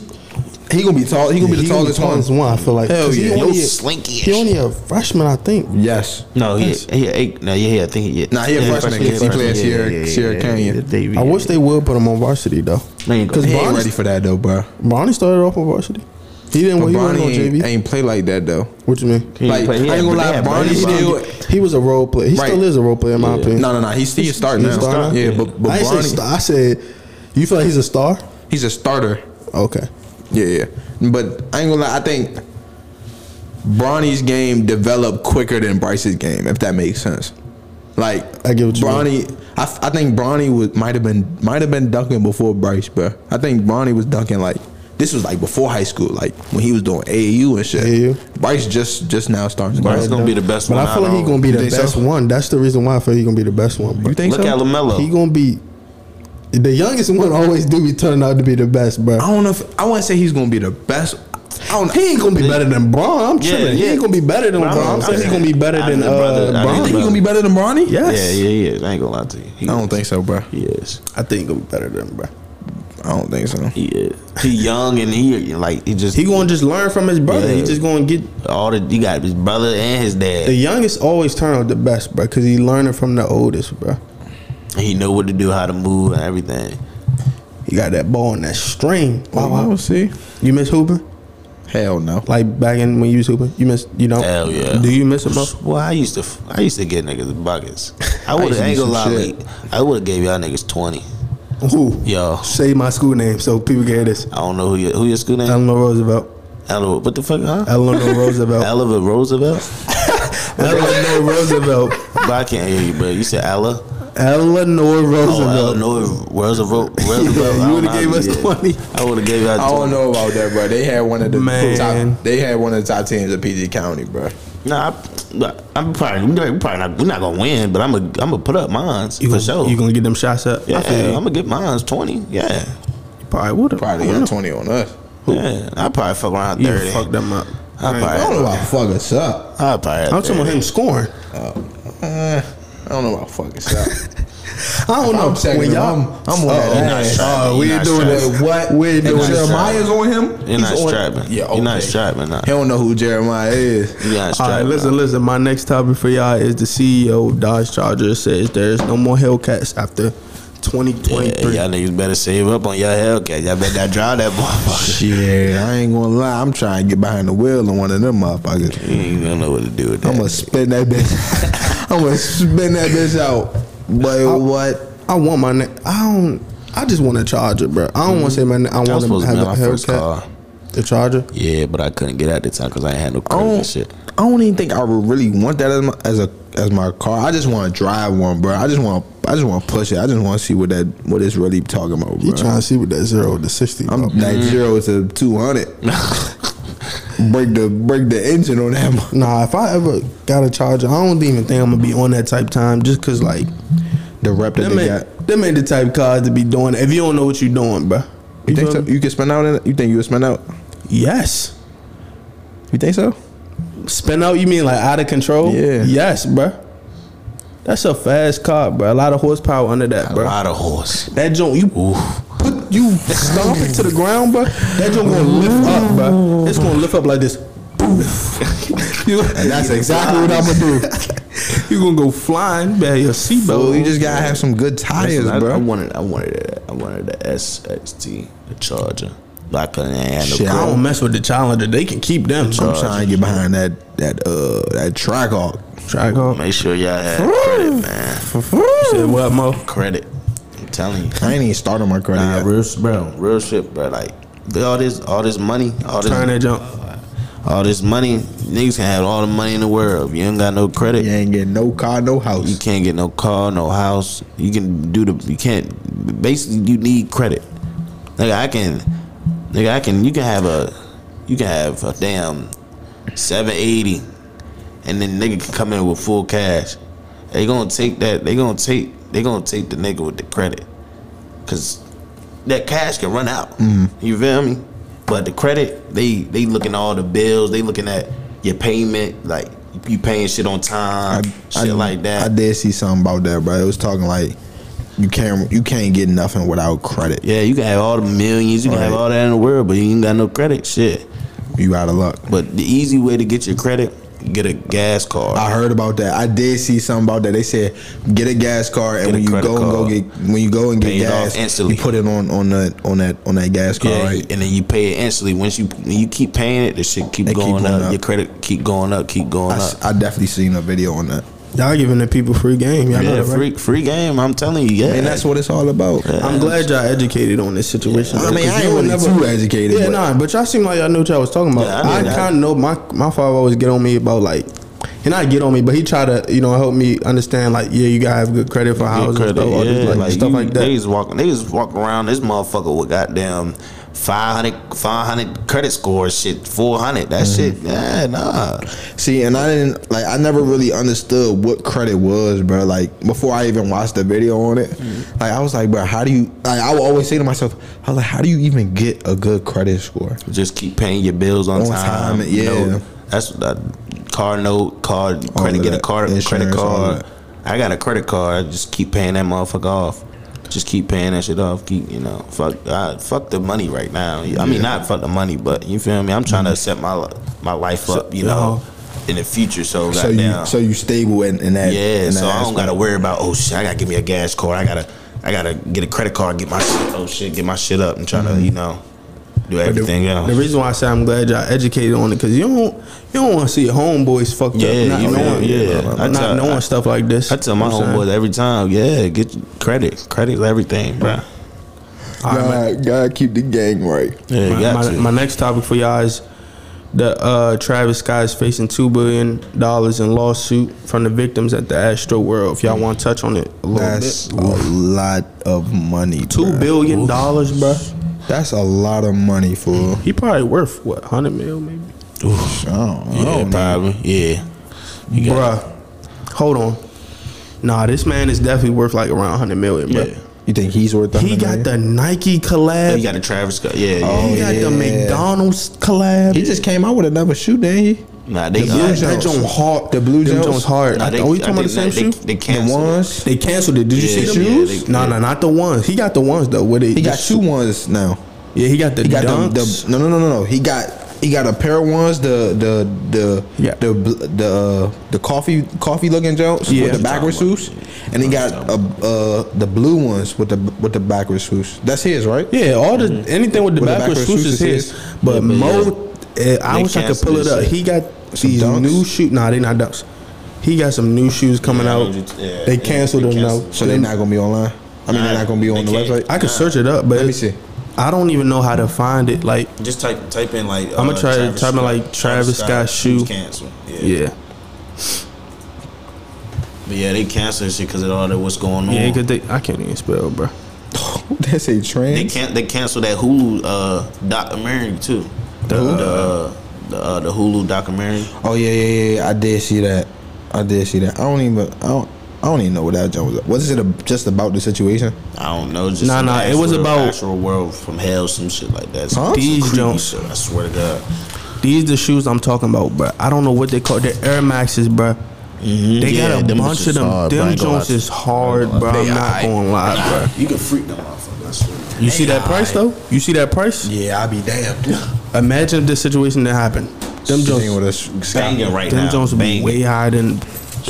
He gonna be tall. He gonna be the
he gonna
tallest one.
one. I feel like
Hell
'Cause he
yeah.
only
Yo,
a-
slinky
He
as
only a freshman, I think.
Yes.
No, he he eight. No, yeah, yeah, I think he.
Nah, he a
yeah,
freshman, kid. He play at Sierra- Sierra Canyon.
I wish they would put him on varsity though.
because
He ain't
Bronny's-
ready for that though, bruh.
Bronny started off on varsity. He didn't.
But
He wasn't
Bronny
on
ain't,
JV.
ain't play like that though.
what you mean?
He
Like
play- he
I ain't gonna
had-
lie,
they had
Bronny
Bronny
still.
He was a role player. He
Right.
still is a role player in my opinion.
No, no, no. He's still starting
He's
now.
a starter?
Yeah, but but
I ain't say
Bronny,
star- I said, you feel like he's a star?
he's a starter.
Okay.
Yeah, yeah. But I ain't gonna lie. I think Bronny's game developed quicker than Bryce's game, if that makes sense. Like
I get what you
Bronny. I, f- I think Bronny was might have been might have been dunking before Bryce, bro. I think Bronny was dunking like this was like before high school, like when he was doing AAU and shit.
AAU.
Bryce just just now starting.
Bryce
to
gonna be the best
But
one.
I feel like he's gonna be the best one. That's the reason why I feel he's gonna be the best one. Bro.
You think
Look
so?
at Lamelo.
He gonna be the youngest one. Always do be turning out to be the best, bro.
I don't know. if I wouldn't say he's gonna be the best. I don't.
He ain't gonna be better than Braun. I'm
Yeah,
tripping. He
yeah.
ain't gonna be better than
Bro, I'm
Braun. I'm saying he's gonna be better
I
than
think brother-
uh,
I
You
Braun.
think he gonna be better than Bronny?
Yes.
Yeah, yeah, he is. I ain't gonna lie to you. He
I don't think so, bro.
He is.
I think he gonna be better than him, bro.
I don't think so.
He is. He young and he like he just
He gonna just learn from his brother. He
Yeah.
just gonna get
all the he got his brother and his dad.
the youngest always turn out the best, bro, because he learning from the oldest, bro.
he know what to do, how to move and everything.
He got that ball and that string. Wow, wow.
see.
You miss hooping?
Hell no.
Like back in when you was hooping, you miss you know.
Hell yeah.
Do you miss it, bro?
Well, I used to I used to get niggas buckets. I would
used to
have ain't
do
gonna lie,
some
like, I would have gave y'all niggas twenty.
Who?
Yo,
Say my school name so people get this.
I don't know who your who your school name.
Eleanor Roosevelt.
Eleanor, what the fuck? Huh?
Eleanor Roosevelt.
Eleanor Roosevelt.
Eleanor Roosevelt.
but I can't hear you, but you said Ella.
Eleanor
Oh,
Roosevelt.
Eleanor Roosevelt.
Yeah,
Roosevelt.
you
I don't
would've
know how
gave
to
us
do it.
20.
I would have gave out.
I don't know about that, bro. They had one of the
Man.
top. They had one of the top teams of PG County, bro.
Nah, I, I'm probably we probably not we're not gonna win, but I'm a I'm gonna put up mines
You
for
gonna,
sure.
you gonna get them shots up?
yeah,
I feel you.
I'm gonna get mines twenty. Yeah,
probably would
Probably
have.
got twenty on us.
yeah. I probably fuck around
You
thirty.
fucked them up. I
I probably-
I don't know about fuck us up.
I probably. had
am talking about
30.
him scoring.
Uh, I don't know about fuck us up.
I don't know.
I'm checking
when
him.
y'all,
I'm- I'm on that
Oh,
ass.
oh,
He
we
not
doing
strapping.
that. What we
And
doing?
not
that.
strapping.
Jeremiah's on him.
You're not
He's on-
strapping.
Yeah,
Yeah,
okay.
You're not strapping. Nah.
He don't know who Jeremiah is.
You're not
All
strapping.
right, listen, listen. My next topic for y'all is the CEO of Dodge Charger says there's no more Hellcats after
Nah. Yeah,
2023.
y'all niggas better save up on y'all Hellcat. Y'all better not drive that motherfucker.
Shit, I ain't gonna lie. I'm trying to get behind the wheel on one of them motherfuckers.
You ain't gonna know what to do with that.
I'm gonna spin that bitch. I'm gonna spin that bitch out. But what?
I want my ne- I don't. I just want a Charger, bro. I don't want to say my. Ne- I
Mm-hmm. That was
want to
supposed to
have
be
a
my first
Hellcat.
car.
The Charger.
Yeah, but I couldn't get out the time because I ain't had no
I
credit and
don't.
shit.
I don't even think I would really want that as my, as a as my car. I just want to drive one, bro. I just want. I just want to push it. I just want to see what that what it's really talking about,
You
bro.
trying to see what that zero to sixty?
I'm
about.
that zero to two hundred. break the break the engine on that. mo-
Nah, if I ever got a charger, I don't even think I'm gonna be on that type time just cause like
The rep that
them
they
ain't,
got.
them ain't the type cars to be doing. it. If you don't know what you're doing, bro.
You think
feel
so?
me?
you can spin out? In it? You think you would spin out?
Yes.
You think so?
Spin out, you mean like out of control?
Yeah.
Yes, bruh. That's a fast car, bruh. A lot of horsepower under that,
A
bruh.
lot of horse.
That joint, you put you stomp it to the ground, bruh. That joint gonna lift up, bruh. It's gonna lift up like this. you,
And that's exactly what I'm gonna do.
you gonna go flying, man. Your
Fool,
seatbelt.
you just gotta have some good tires,
Listen, I, I
bro.
wanted, I wanted, a, I wanted a SXT, a Charger.
But I couldn't handle
Shit,
I don't mess with the Challenger. They can keep them.
I'm trying to get behind that that uh that tricog.
Try go.
Make sure y'all have credit, man.
Said what, Mo?
Credit. I'm telling you.
I ain't even started my credit
Nah,
yet.
real, s- bro, real shit, bro. Like they- all this, all this money, all this,
Turn that jump.
all this money. Niggas can have all the money in the world. If you ain't got no credit,
You ain't getting no car, no
you
house.
can't get no car, no house. You can do the, you can't. Basically, you need credit. Nigga, I can, nigga, I can. You can have a, you can have a damn seven eighty, and then nigga can come in with full cash. They gonna take that. They gonna take. They gonna take the nigga with the credit, cause that cash can run out.
Mm-hmm.
You feel me? But the credit, they they looking all the bills. They looking at your payment, like you paying shit on time, shit like
I
that.
did see something about that, bro. It was talking like you can't you can't get nothing without credit.
yeah, you can have all the millions. You can have
Right.
all that in the world, but you ain't got no credit. Shit.
You out of luck.
But the easy way to get your credit, get a gas card.
Ah,
I heard about that. I did see something about that. They said get a gas card,
Get a
and when you
credit
go and go
card.
get when you go and get
Pay it off
gas,
instantly.
you put it on on that on that on that gas card.
Yeah,
right?
and then you pay it instantly. Once you when you keep paying it, the shit keep
They keep
going,
going
up.
up.
Your credit keep going up, keep
I,
going
s-
up.
I definitely seen a video on that,
Y'all giving the people free game. Y'all know
yeah,
that, right?
free free game. I'm telling you, yeah.
and that's what it's all about.
I'm glad y'all educated on this situation.
I
though,
mean,
'cause
I ain't
you would
really too educated.
Yeah,
but
nah, but y'all seem like y'all knew what y'all was talking about.
Yeah, I
I,
knew that.
kind of know my my father always get on me about like, and not get on me, but he try to you know help me understand like, yeah, you gotta have good credit for
Good
houses,
credit,
stuff, all this,
yeah,
like,
like,
stuff
you-
like that.
They just walk, they just walk around this motherfucker with goddamn 500, 500 credit score shit, four hundred. That
Mm-hmm.
shit, yeah, nah.
See, and I didn't like. I never really understood what credit was, bro. Like before I even watched the video on it, like I was like, bro, how do you? Like I would always say to myself, I was like, how do you even get a good credit score?
Just keep paying your bills on,
On
time.
time,
you know.
yeah.
that's that car note, card
All
credit,
of
get a
that.
card, credit
Insurance, all of
card.
that.
I got a credit card. I just keep paying that motherfucker off. Just keep paying that shit off. Keep you know, fuck, I, fuck the money right now. I mean, not fuck the money, but you feel me? I'm
Mm-hmm.
trying to set my li- my life up, you know, in the future. So,
uh-huh. So
goddamn.
you so you stable in, in that.
Yeah,
in
so
that
I don't
aspect.
gotta worry about oh shit, I gotta give me a gas card, I gotta I gotta get a credit card, get my shit, oh shit, get my shit up and try
Mm-hmm.
to you know do everything else.
The reason why I say I'm glad y'all educated on it because you don't you don't want to see your homeboys fucked
Yeah,
up, not
you
knowing,
feel- yeah. I
not
tell-
knowing
I-
stuff like this.
I tell my
You know what I'm
homeboys
saying?
every time, yeah, get credit, credit's everything, bro.
All right, man.
God, God keep the gang right.
Yeah,
my,
got
my,
to.
my next topic for y'all is the uh, Travis Scott is facing two billion dollars in lawsuit from the victims at the Astro World. If y'all want to touch on it a little
That's
bit,
a lot of money.
two
bruh.
billion dollars, bruh.
That's a lot of money for.
He probably worth what hundred mil, maybe.
I don't, I
yeah,
don't know.
probably, yeah. You got-
Bruh, hold on. Nah, this man is definitely worth like around hundred million, bruh.
You think he's worth?
He got the Nike collab.
Oh, You got the Travis Scott, yeah, yeah.
Oh,
he got
yeah.
the McDonald's collab.
He just came out with another shoe, didn't he?
Nah, they,
The
uh,
Blue
that that
Jones.
joint hard.
The Blue
Them
Jones?
joints hard.
nah,
I
they-
th- oh, you
I
talking about the same
think
shoe?
that- They, they canceled.
The
it.
ones.
They canceled it. Did you
Yeah,
see the
yeah,
shoes?
they-
no,
yeah.
no, not the ones. He got the ones though. Where they
He
the
got
shoe-
two ones now.
Yeah, he got the
He got
dunks.
the, the no no no no no. He got he got a pair of ones. The the the
Yeah.
the bl- the uh, the coffee coffee looking Jones
Yeah.
with the backwards swoosh, and he got a, uh the blue ones with the with the backwards swoosh. That's his right.
yeah, all the anything with the
With the
backwards
backwards
swoosh is
swoosh
his.
is his.
But
Yeah, but
Mo, eh, I
They
wish I could
canceled
pull it
this
up.
shit.
He got
Some
these
dunks?
new shoes. Nah, they not dunks. He got some new shoes coming
Yeah, I
out.
know what you- yeah,
they
yeah,
canceled
they
them now.
canceled.
So they're not gonna be online. I mean, they're
Nah,
not gonna be on the
they can't.
website.
I could search it up, but
Let me
it's-
see.
I don't even know how to find it. Like,
Just type type in like uh,
I'ma try to type in, like, Travis Scott shoe.
cancel.
yeah,
But yeah, they canceling shit because of all that what's going on.
yeah, because they I can't even spell, bro.
That's a
they
trend.
can't. They canceled that Hulu uh, documentary too. The the uh, the, uh, the Hulu documentary.
Oh yeah yeah yeah, yeah. I did see that. I did see that. I don't even. I don't. I don't even know what that joke was. Was it a, just about the situation?
I don't know. Just
Nah,
some
nah, it was
actual-
about-
actual world from hell, some shit like
Huh?
that. Some
These
creepy
don't-
shit, I swear to God.
These the shoes I'm talking about, bro. I don't know what they call. They're Air Maxes, bro. They
Yeah,
got a
them
bunch
is
of them.
hard, bro. I
them
ain't gonna
joints
lie.
is hard, bro.
They
I'm not
aight.
gonna lie, bro.
You can freak them motherfucker. I swear.
You see that price
aight.
though? You see that price?
Yeah, I be damned.
Imagine if this situation that happened. Them
Sitting
Jones,
with a sh-
Banging right
them
now.
Jones would be
Banging.
way higher than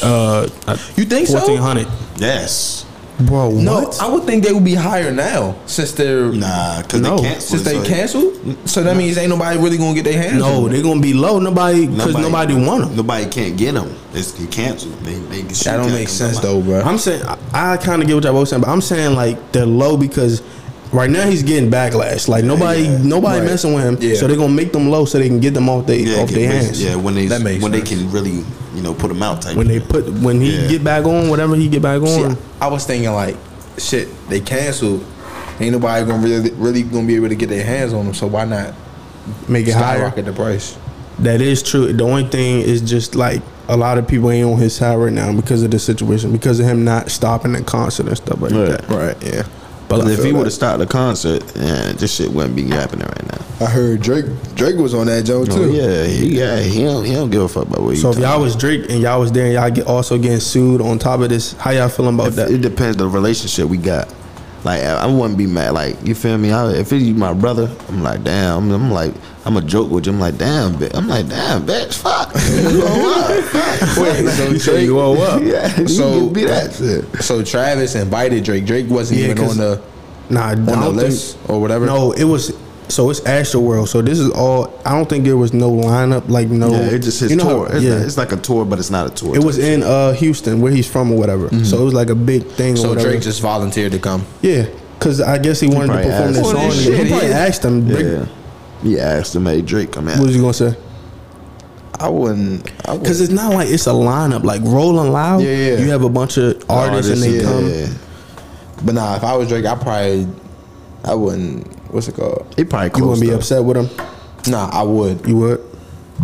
uh,
You think so?
fourteen hundred.
Yes.
Bro,
No,
what?
I would think they would be higher now since they're
Uh,
Nah, because
No,
they canceled.
since they
so-
canceled. So that means ain't nobody really gonna get their hands. on
no,
it.
they're gonna be low. Nobody, because nobody, want them.
Nobody can't get them. It's they canceled. They they
that don't make sense though, bro.
I'm saying I, I kind of get what y'all both saying, but I'm saying like they're low because right now he's getting backlash. Like nobody,
yeah,
nobody
right.
messing with him,
Yeah.
so they're gonna make them low so they can get them off they
Yeah,
off
get
their
rid-
hands.
Yeah, when they
That makes
when
sense.
they can really you know put them out type.
When they
shit.
put when he
Yeah.
get back on, whatever he get back
See,
on,
I was thinking like, shit, they canceled. Ain't nobody gonna really, really gonna be able to get their hands on them. So why not
make it higher.
skyrocket the price?
That is true. The only thing is just like a lot of people ain't on his side right now because of the situation, because of him not stopping the concert and stuff like that.
Right. Yeah.
But
I
if
feel
he
that.
would have stopped the concert, yeah, this shit wouldn't be happening right now.
I heard Drake. Drake was on that Joe
Oh, yeah, he, yeah, he don't, he don't give a fuck about what you.
So if
talking
y'all was Drake and y'all was there and y'all get also getting sued on top of this, how y'all feeling about
about.
that?
it depends the relationship we got. Like I, I wouldn't be mad. Like you feel me? I, if it's my brother, I'm like damn. I'm, I'm like I'm a joke with you. I'm like damn. Bitch. I'm like damn, bitch. Fuck.
Wait, so
You say
Drake.
you woke up.
yeah,
So-
so be that shit.
So Travis invited Drake. Drake wasn't
Yeah,
even
'cause-
on the
Nah,
on the list or whatever.
No, it was. So it's Astro World. So this is all. I don't think there was no lineup. Like no.
Yeah, it's just his
you know
tour.
how-
it's,
yeah.
not- it's like a tour, but it's not a tour.
it was in uh, Houston, where he's from or whatever. So it was like a big thing. or
So
whatever.
Drake just volunteered to come.
yeah, because I guess he wanted to
probably
perform
asked
this
him.
song.
Holy
again.
shit,
he probably
yeah.
asked him. Drake-
yeah. He asked him, "Hey Drake, come
What
out."
was you gonna say?
I wouldn't. I wouldn't.
Because it's not like it's a lineup. Like Rolling Loud,
Yeah, yeah.
you have a bunch of artists, and they
yeah,
come.
yeah.
But nah, if I was Drake, I probably I wouldn't. What's it called?
He probably
You
close
wouldn't be
though.
upset with him.
Nah, I would.
You would.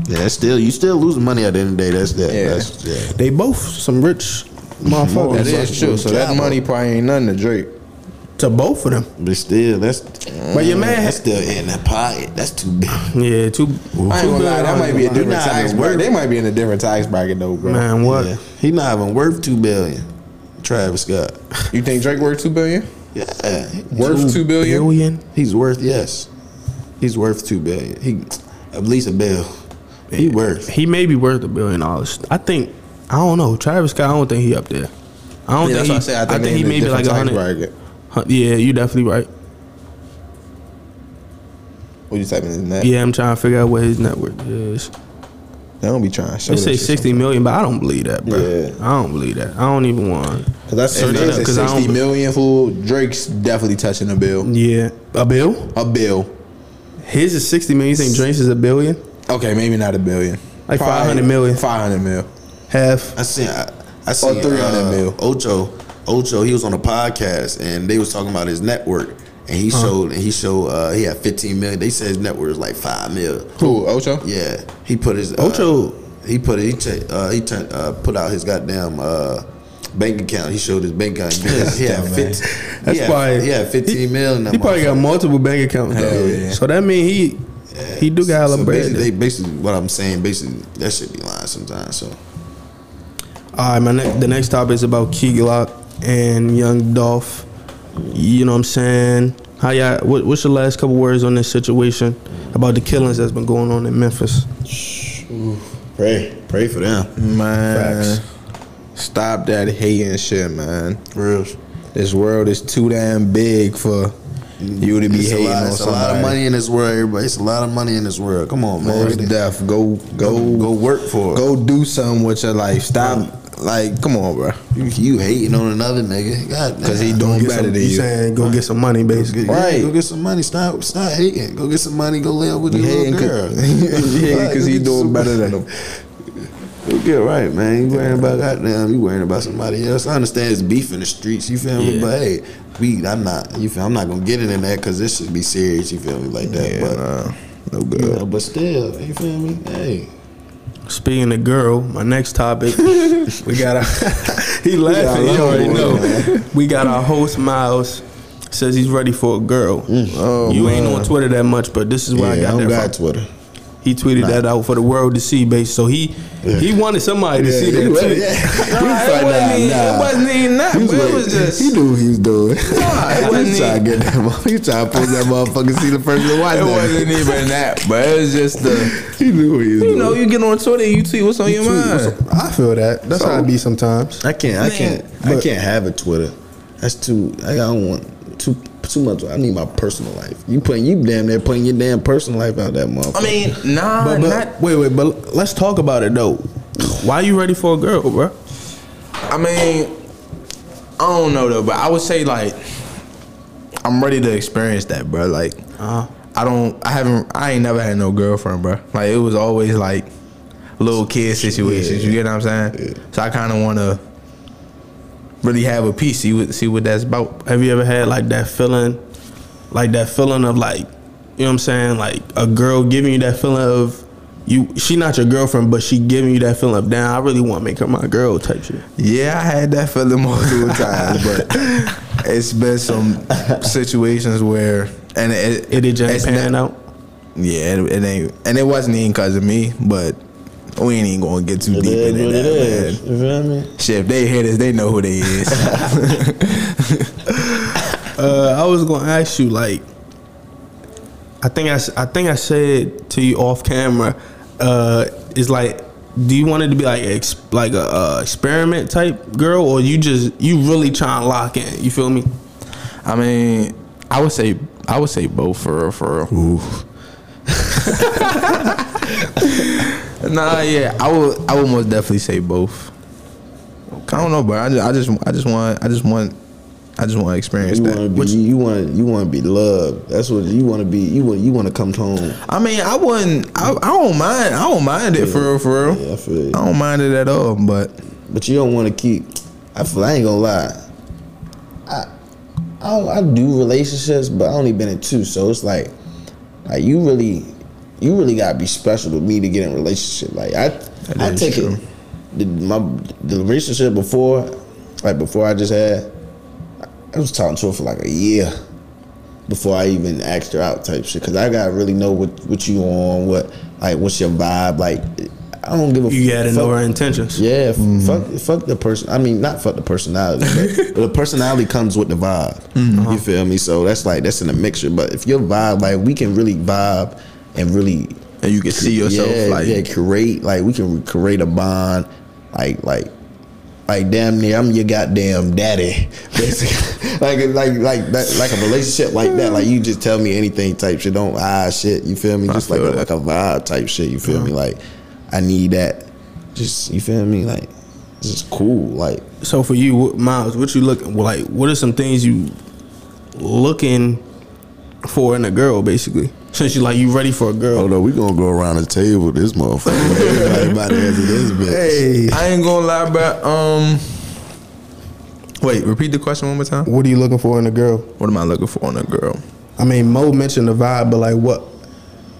Yeah, that's still you still losing money at the end of the day. That's that.
Yeah.
That's, yeah.
They both some rich motherfuckers.
That is true. So that money probably ain't nothing to Drake.
to both of them.
But still, that's
But
Mm-hmm.
your man-
that's still in that pocket. That's too big.
Yeah, two.
I ain't gonna lie, that might be a different
not
tax
even
bracket.
worth
They might be in a different tax bracket though, bro.
man. What?
Yeah. He not even worth two billion. Travis Scott.
You think Drake worth two billion?
Yeah,
Worth two billion?
Billion.
he's worth yes. He's worth two billion. He at least a bill. He worth.
He may be worth a billion dollars. I think. I don't know. Travis Scott. I don't think he up there. I don't think
Yeah, that's
he.
what I said. I
I think,
think they
he
in a
may be like a
different tax
hundred. Hun- Yeah, you definitely right.
What you typing in that?
Yeah, I'm trying to figure out what his net worth is.
They don't be trying to show
They
that
say
shit
sixty million, but I don't believe that, bro.
Yeah.
I don't believe that. I don't even want.
sometimes. Cause that's
Search it up,
if it's
'cause I
sixty
don't-
million fool. Drake's definitely touching a bill.
Yeah, a bill.
A bill.
His is sixty million. You think Drake's is a billion?
Okay, maybe not a billion.
Like 500 million.
Five hundred mil.
Half.
I seen I, I seen
300
uh,
mil.
Ocho. Ocho, he was on a podcast and they was talking about his network. And he showed and he showed uh, he had fifteen million. They said his net worth is like five mil.
Who? Ocho?
Yeah, he put his uh,
Oh.
Ocho.
He put he t- uh, he t- uh, put out his goddamn uh, bank account. He showed his bank account. He had, he had
Damn, man.
15,
That's
he had,
probably
he had fifteen
he-
mil. in that
He probably got
motherfucker.
multiple bank accounts though.
Hell yeah.
So that mean he he do got a
So
lot bread.
basically, they basically what I'm saying. Basically, that should be lying sometimes. So
All right, my ne- the next topic is about Key Glock and Young Dolph. You know what I'm saying? How y'all? What, what's your last couple words on this situation about the killings that's been going on in Memphis?
pray, pray for them.
Man,
Facts.
stop that hating shit, man.
Real.
This world is too damn big for you to be
It's, a
hating
lot,
on
it's a
somebody.
lot of money in this world, everybody. It's a lot of money in this world. Come on, man.
Most deaf. Go, go,
Go, go work for it.
go do something with your life. Stop. Like, come on, bro.
You, you hating on another nigga? God,
Because he
damn.
doing
Get
better
some-
than
you
you.
saying go get some money, basically.
Yeah,
Right.
Go get some money. Stop. Stop hating. Go get some money. Go lay up with
You
your
hating
little girl. Right,
because
go
he
get
doing
some-
better than him.
Go get right, man. You worrying about goddamn. You worrying about somebody else. I understand it's beef in the streets. You feel me?
Yeah.
But hey, we. I'm not. You feel? I'm not gonna get into that because this should be serious. You feel me? Like that.
Yeah,
but
nah, no
you
good.
know, but still, you feel me? Hey.
Speaking of girl, my next topic, we got our he laughing. He
We got a
already
lot
know.
of
We got our host Miles says he's ready for a girl.
Oh,
you
man.
ain't on Twitter that much, but this is where I
yeah,
got
I
that
don't
from.
got Twitter.
He tweeted that out for the world to see, base. So he he wanted somebody to see that. tweet.
Nah, it, wasn't even, it wasn't even that.
He was,
but it
waiting.
was just
he knew what he was doing.
it
he
wasn't
trying to get that. mo- He trying to post that motherfucker. See the person to watch
it
that.
wasn't even that, but it was just the
He knew what he was doing.
you know you get on Twitter, you tweet what's on your
tweet
mind.
what's
I feel that. That's how it be sometimes.
I can't. I
Man,
can't. I
but-
can't have a Twitter. That's too. I don't want too too much. I need my personal life. You putting you damn there putting your damn personal life out that motherfucker.
I mean, nah,
But,
not
but wait, wait, but let's talk about it though. Why you ready for a girl, bro?
I mean, I don't know though, but I would say like I'm ready to experience that, bro. Like
Uh-huh.
I don't, I haven't, I ain't never had no girlfriend, bro. Like it was always like little kid situations. You get what I'm saying? So I kind of want to really have a piece. See what see what that's about.
Have you ever had like that feeling, like that feeling of like, you know what I'm saying, like a girl giving you that feeling of you. She not your girlfriend, but she giving you that feeling of damn. I really want to make her my girl type shit.
Yeah, I had that feeling multiple times, but it's been some situations where and it
It, it just
it's
pan
not-
out.
Yeah, it, it ain't, and it wasn't even cause of me, but we ain't even gonna get too
It
deep
is
into
what
that.
it is.
Man.
You feel me?
Shit, if they hear this, they know who they is.
Uh, I was gonna ask you like, I think I, s- I think I said to you off camera, uh, is like, do you want it to be like ex, like a, uh experiment type girl, or you just you really trying to lock in? You feel me?
I mean, I would say, I would say both for real, for real. nah, yeah, I would, I would most definitely say both. I don't know, bro. I just, I just, I just want, I just want, I just want to experience
You
that.
want to be. You want. You want to be loved. That's what you want to be. You want. You want to come home.
I mean, I wouldn't. I, I don't mind. I don't mind it for real, for real.
Yeah, I feel you.
I don't mind it at all. But
But you don't want to keep. I feel. I ain't gonna lie. I. I, don't, I do relationships, but I only been in two, so it's like, like you really, you really gotta be special to me to get in a relationship. Like I, I
is
take
true.
it. The, my the relationship before, like before I just had, I was talking to her for like a year before I even asked her out type shit. Cause I gotta really know what what you on, what like what's your vibe. Like I don't give a
You gotta know
fuck-
her intentions.
yeah, f- fuck, fuck the person. I mean, not fuck the personality, but the personality comes with the vibe. You feel me? So that's like that's in a mixture. But if your vibe, like we can really vibe and really
and you can see yourself
yeah,
like
yeah, create like we can re- create a bond, like like like damn near I'm your goddamn daddy, basically. like like like that like a relationship like that. Like you just tell me anything type shit. Don't ah shit. You feel Uh-huh. me? Just like a,
feel
like a vibe type shit. You feel me? Like I need that. Just you feel me? Like it's just cool. Like
So for you, what, Miles, what you looking like? What are some things you looking for in a girl, basically? Since you like you ready for a girl.
Oh, no, we gonna go around the table. This motherfucker. Everybody by the end of this
Hey,
bitch.
I ain't gonna lie, bro. Um, wait, repeat the question one more time.
what are you looking for in a girl?
What am I looking for in a girl?
I mean, Mo mentioned the vibe, but like what?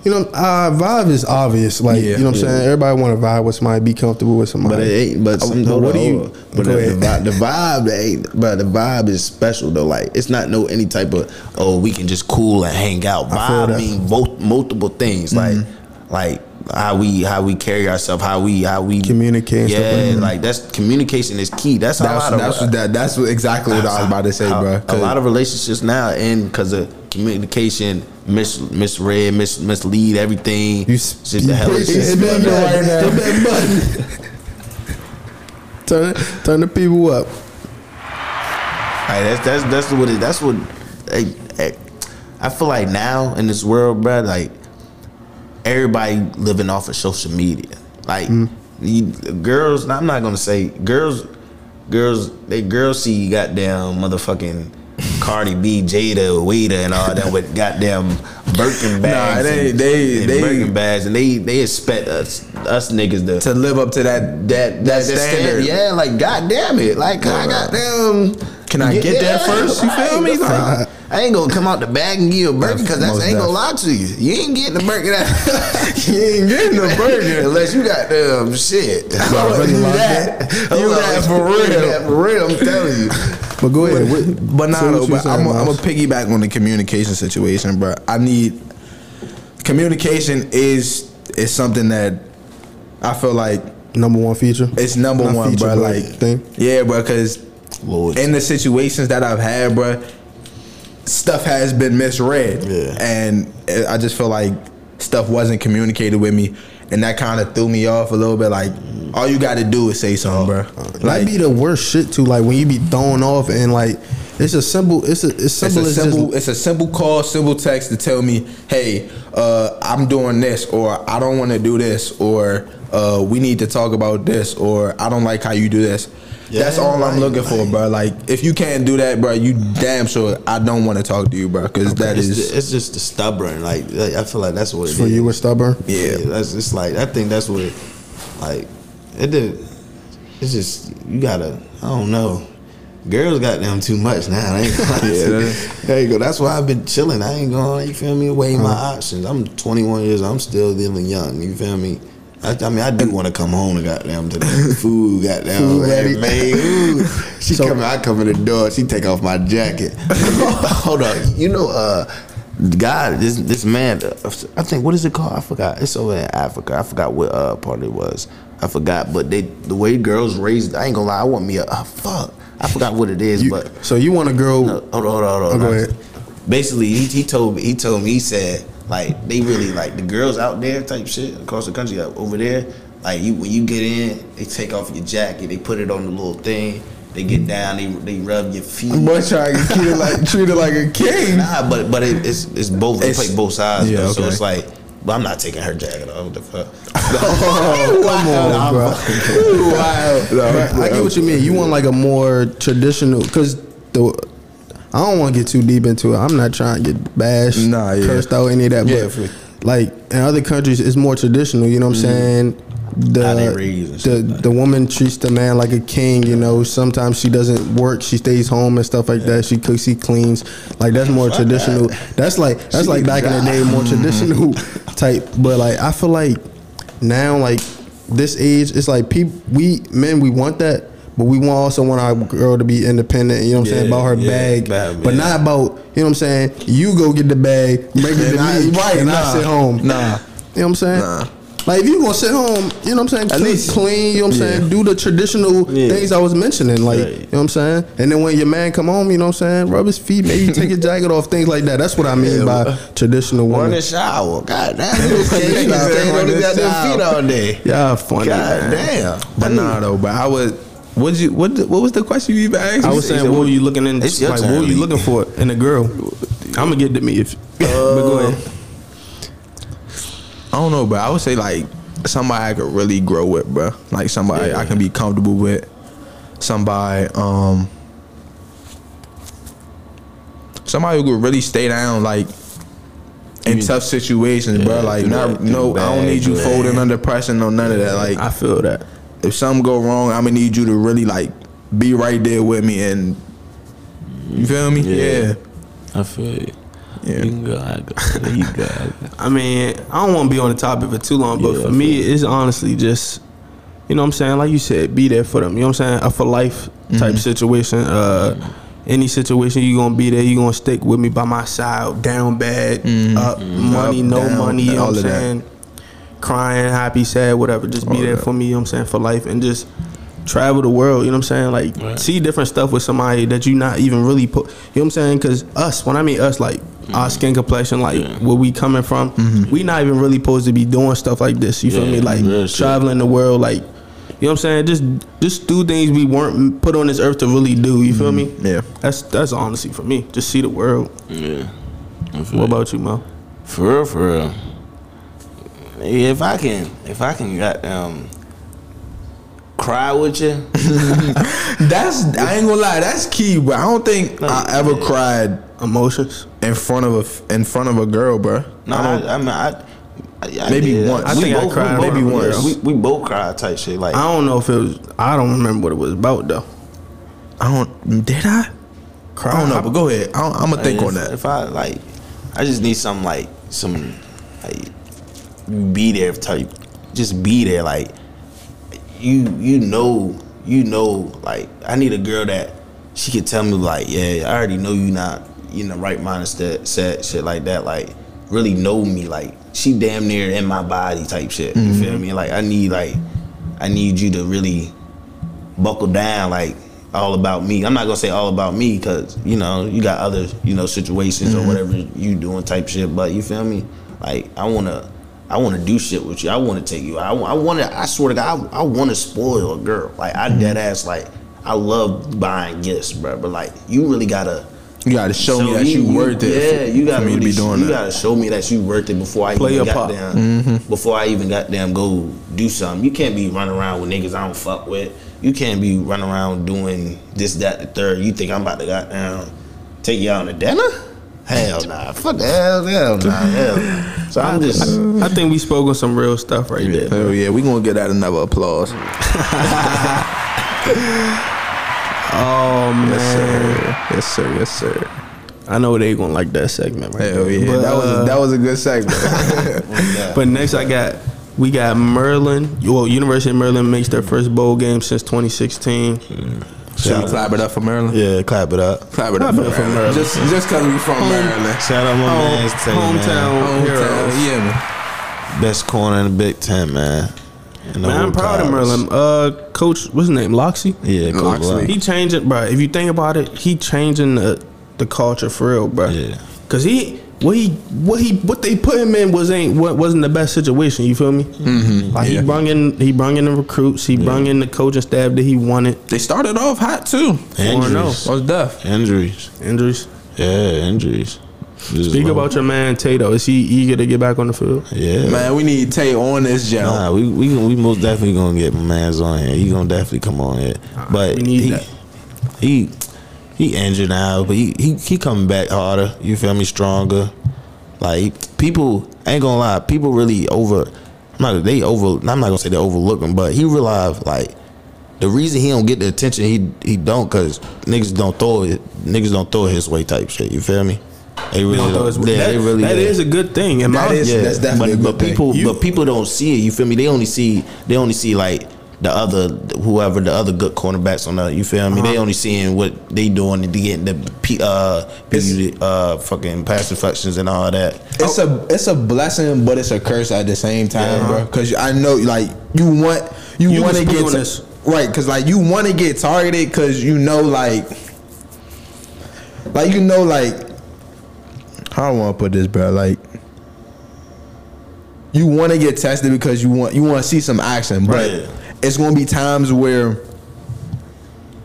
You know, uh, vibe is obvious. Like you
Yeah.
know, what I'm saying everybody want to vibe with somebody, be comfortable with somebody.
But it ain't. But some, hold
what
on,
do you-
hold on. But
go
the, the
ahead.
vibe, the vibe, that ain't. But the vibe is special though. Like it's not no any type of oh we can just cool and hang out.
I feel that.
Vibe mean both multiple things. Like like how we how we carry ourselves, how we how we
Communicate and
Yeah,
stuff like that.
like that's communication is key. That's, how a
That's
lot of
that's what- that, that's what exactly what I was about to say,
a,
bro.
A lot of relationships now end because of communication, mis misread, mis mislead everything.
You s-
Shit, the hell is
preaching
shit.
to them right now.
Hit that button.
turn turn the people up.
Like that's that's that's what it, that's what like, eh, I feel like now in this world, bro. Like everybody living off of social media. Like
Mm-hmm.
you, girls, I'm not gonna say girls, girls. They girls see goddamn motherfucking Cardi B, Jada, Wada, and all that with goddamn Birkin bags.
they-
and-
they-
and
they-
Birkin bags, and they they expect us us niggas to
to live up to that that that,
that
standard.
standard. Yeah, like goddamn it, like I goddamn.
Can I get there first? You feel me?
Like, I ain't gonna come out the bag and give you a burger because that's
Most
ain't gonna lie to you. You ain't getting the burger that you ain't
getting the burger.
unless you got damn shit.
I really
You
like
that-
that. You that for
you
real.
that for real. I'm telling you.
But go ahead. what-
But nah,
say what
though,
you
but
saying,
I'm
Miles.
gonna piggyback on the communication situation, bro. I need communication is is something that I feel like
Number one feature.
it's number
Not
one,
feature,
bro.
but
Like,
thing.
yeah, bro, because
Lord.
in the situations that I've had, bro, stuff has been misread,
Yeah.
and it- I just feel like stuff wasn't communicated with me, and that kind of threw me off a little bit. Like, all you got to do is say something,
Uh,
bro.
That'd be the worst shit too. Like when you be thrown off and like it's a simple. It's a it's
It's
simple.
a
as
simple.
Just,
it's a simple call, simple text to tell me, "Hey, uh, I'm doing this," or "I don't want to do this," or uh, "We need to talk about this," or "I don't like how you do this." That's
Yeah,
all I'm
like-
looking for,
like-
bro. Like, if you can't do that, bro, you damn sure I don't want to talk to you, bro, because that
it's,
is
ju- it's just the stubborn. Like, like, I feel like that's what it is.
for you were stubborn.
Yeah, that's it's like I think that's what it, like it did. It's just you gotta. I don't know. Girls got them too much now. I ain't gonna lie to you. there you go. That's why I've been chilling. I ain't going. You feel me? Weighing my
Uh-huh.
options. I'm 21 years. old. I'm still dealing young. You feel me? I, I mean, I do want to come home to goddamn to the food, goddamn.
Food ready.
man, made. Ooh. She come. I come in the door. She take off my jacket. Hold on. You know, uh, God, this this man, uh, I think what is it called? I forgot. It's over in Africa. I forgot what uh, part it was. I forgot, but they the way girls raised. I ain't gonna lie. I want me a uh, fuck. I forgot what it is,
You-
but
so you want a girl?
no, hold on, hold on, hold
Oh,
on.
go ahead.
Basically, he, he told me. He told me. He said
Like they really like the girls out there type shit across the country like, over there. Like you when you get in, they take off your jacket, they put it on the little thing, they get down, they they rub your feet.
boy trying to treat it like treat it like a king.
Nah, but but it, it's it's both. They
It's-
play both sides.
yeah,
though, So
okay.
it's like, but I'm not taking her jacket off. What the fuck?
Come on, bro.
wow,
Right, I get what you mean. You want like a more traditional because the. I don't want to get too deep into it. I'm not trying to get bashed,
Nah, yeah.
cursed out, any of that.
Yeah, for-
but like in other countries, it's more traditional. You know what I'm saying?
How they raise
The
and
the,
shit like
the woman treats the man like a king. You know, sometimes she doesn't work. She stays home and stuff like that. She cooks, she cleans. Like that's more traditional. That's like that's like back in the day, more traditional type. But like I feel like now like this age it's like people we men we want that but we want also want our girl to be independent you know what i'm saying
Yeah,
about her
yeah,
bag
bad,
but
yeah.
not about you know what i'm saying you go get the bag bring it
And
to
I-
me
right,
and
nah,
i sit home
nah.
you know what i'm saying
Nah.
like if you gonna sit home, you know what I'm saying. At
least-
clean, you know what I'm
yeah.
saying. Do the traditional
Yeah.
things I was mentioning, like
Right.
you know what I'm saying. And then when your man come home, you know what I'm saying. Rub his feet, maybe take his jacket off, things like that. That's what I mean by traditional
run the
woman.
shower. God damn, you
Yeah,
can't
yeah,
stand on
run
the
the
goddamn
shower.
feet all day.
Yeah, funny.
God
man.
damn.
But nah, though, but I would. What you what what was the question you even asked?
I
You
was
said-
saying, what were you looking in?
It's your
Like,
turn,
what were you
Lee.
looking for in a girl? I'm gonna get to me if. but go ahead.
I don't know, bro. I would say like somebody I could really grow with, bro. Like somebody I can be comfortable with. Somebody, um, somebody who could really stay down, like in tough situations, bro. Like
through
not
that- through
no,
the
I don't
bad,
need you
through the
folding under pressure, no none of that. Like
I feel that.
if something go wrong, I'm gonna need you to really like be right there with me and you feel me? Yeah,
I feel it.
yeah.
You can go. I go. You go. I go.
I mean, I don't want to be on the topic for too long, but
Yeah, I
for me, it's honestly just, you know what I'm saying? Like you said, be there for them. You know what I'm saying? A for life
Mm-hmm.
type situation. Uh, any situation you gonna be there, you gonna stick with me by my side, down bad, up, money,
Mm-hmm. Up,
no
down,
money, you know what
all
I'm
of that.
saying? Crying, happy, sad, whatever. Just be
All
there
that.
for me, you know what I'm saying, for life and just travel the world, you know what I'm saying? Like
Right.
see different stuff with somebody that you not even really put you know what I'm saying? Cause us, when I mean us, like our skin complexion, like
Mm-hmm. Yeah. Mm-hmm.
where we coming from, we not even really supposed to be doing stuff like this. You
Yeah,
feel me?
real
Like
shit.
traveling the world, like you know what I'm saying? Just just do things we weren't put on this earth to really do. You feel me?
Mm-hmm.
yeah.
That's that's honestly for me. Just see the world.
Yeah. I feel
What
it.
about you, Mo?
For real, for real. If I can, if I can, goddamn, cry with you.
That's I ain't gonna lie, that's key, bro. I don't think I ever cried
Emotions.
in front of a f- in front of a girl, bro.
No,
I don't.
I, I mean, I, I, I
Maybe
did. uh,
once. I
We
think I
both, we
cried
both-
in front of
yeah,
girls.
We, we both cried type shit. Like,
I don't know if it was I don't remember what it was about though.
I don't. Did I? I don't know, but go ahead. I don't, I'm gonna
Like,
think
if,
Oh,
on that.
If I like, I just need some like some like you be there type. Just be there. Like you you know you know like I need a girl that she could tell me like yeah I already know you not you in the right mind of set set shit like that like
really know me. Like she damn near in my body type shit. You
Mm-hmm.
feel me? Like I need like I need you to really buckle down. Like all about me. I'm not gonna say all about me because you know you got other you know situations or whatever you doing type shit. But you feel me? Like I wanna. I want to do shit with you. I want to take you. out. I, want to. I swear to God, I, I want to spoil a girl. Like I dead ass. Like I love buying gifts, bro. But like you really gotta
You gotta show me that you, worth it.
yeah,
for-
you
for
gotta
me to
really,
be doing
you
that.
gotta show me that you worth it before I
Play
even
your
got
part.
down.
Mm-hmm.
Before I even got damn go do something. You can't be running around with niggas I don't fuck with. You can't be running around doing this, that, the third. You think I'm about to got down take you out on a dinner? Hell nah, fuck the hell, hell nah, hell. nah. So I'm just
I think we spoke on some real stuff right there.
Hell yeah, we gonna get that another applause.
Oh
Yes
man,
sir. Yes sir. Yes sir.
I know they gonna like that segment right
Hell
there.
yeah,
But,
that was
uh,
that was a good segment.
But next, I got we got Merlin. Well, University of Maryland makes their first bowl game since 2016.
Should we clap it up for Maryland?
Yeah, clap it up.
Clap it up for
it up for
Maryland.
Maryland.
Just just cause we from Maryland.
Shout out my man's Tay, man.
hometown heroes.
Hometown, yeah, man.
Best corner in the Big Ten, man. In the
Man,
whole
I'm proud of Merlin.
college.
Uh, coach, what's his name? Loxy.
Yeah, Coach
Loxley.
Lock.
He changing, bro. If you think about it, he changing the the culture for real, bro.
Yeah.
Cause he what he what he what they put him in was ain't what wasn't the best situation. You feel me? Mm-hmm. Like
Yeah.
he brung in he brung in the recruits. He brung in the coaching staff that he wanted.
They started off hot too.
Injuries.
Most deaf.
Injuries.
Injuries.
Yeah, injuries. Just
Speak
low.
about your man Tato. Is he eager to get back on the field?
Yeah.
Man, we need Tay on this job.
Nah, we we gon- we most definitely gonna get my man's on here. He gonna definitely come on here. But
we need
he,
that.
he he injured now, but he, he he coming back harder. You feel me? Stronger. Like people ain't gonna lie, people really over. I'm not they over. I'm not gonna say they overlooking, but he realized like the reason he don't get the attention he he don't cause niggas don't throw it niggas don't throw it his way type shit. You feel me? They really
Although it's-
don't. Yeah,
that,
they really.
that
yeah.
is a good thing. In
That
my,
is-
yeah.
Yeah,
that's definitely
but,
a good
but
thing.
people,
You-
but people don't see it. You feel me? They only see they only see like the other whoever the other good cornerbacks on the. You feel me? They only seeing what they doing and getting the P, uh P, uh fucking pass deflections and all that.
It's a it's a blessing, but it's a curse at the same time, bro. Because I know, like, you want you,
You
want to
can speak
get
on
ta-
this.
right, because like you want to get targeted, because you know, like, like you know, like, how do I want to put this, bro? Like, you want to get tested because you want you want to see some action, but
Right.
it's gonna be times where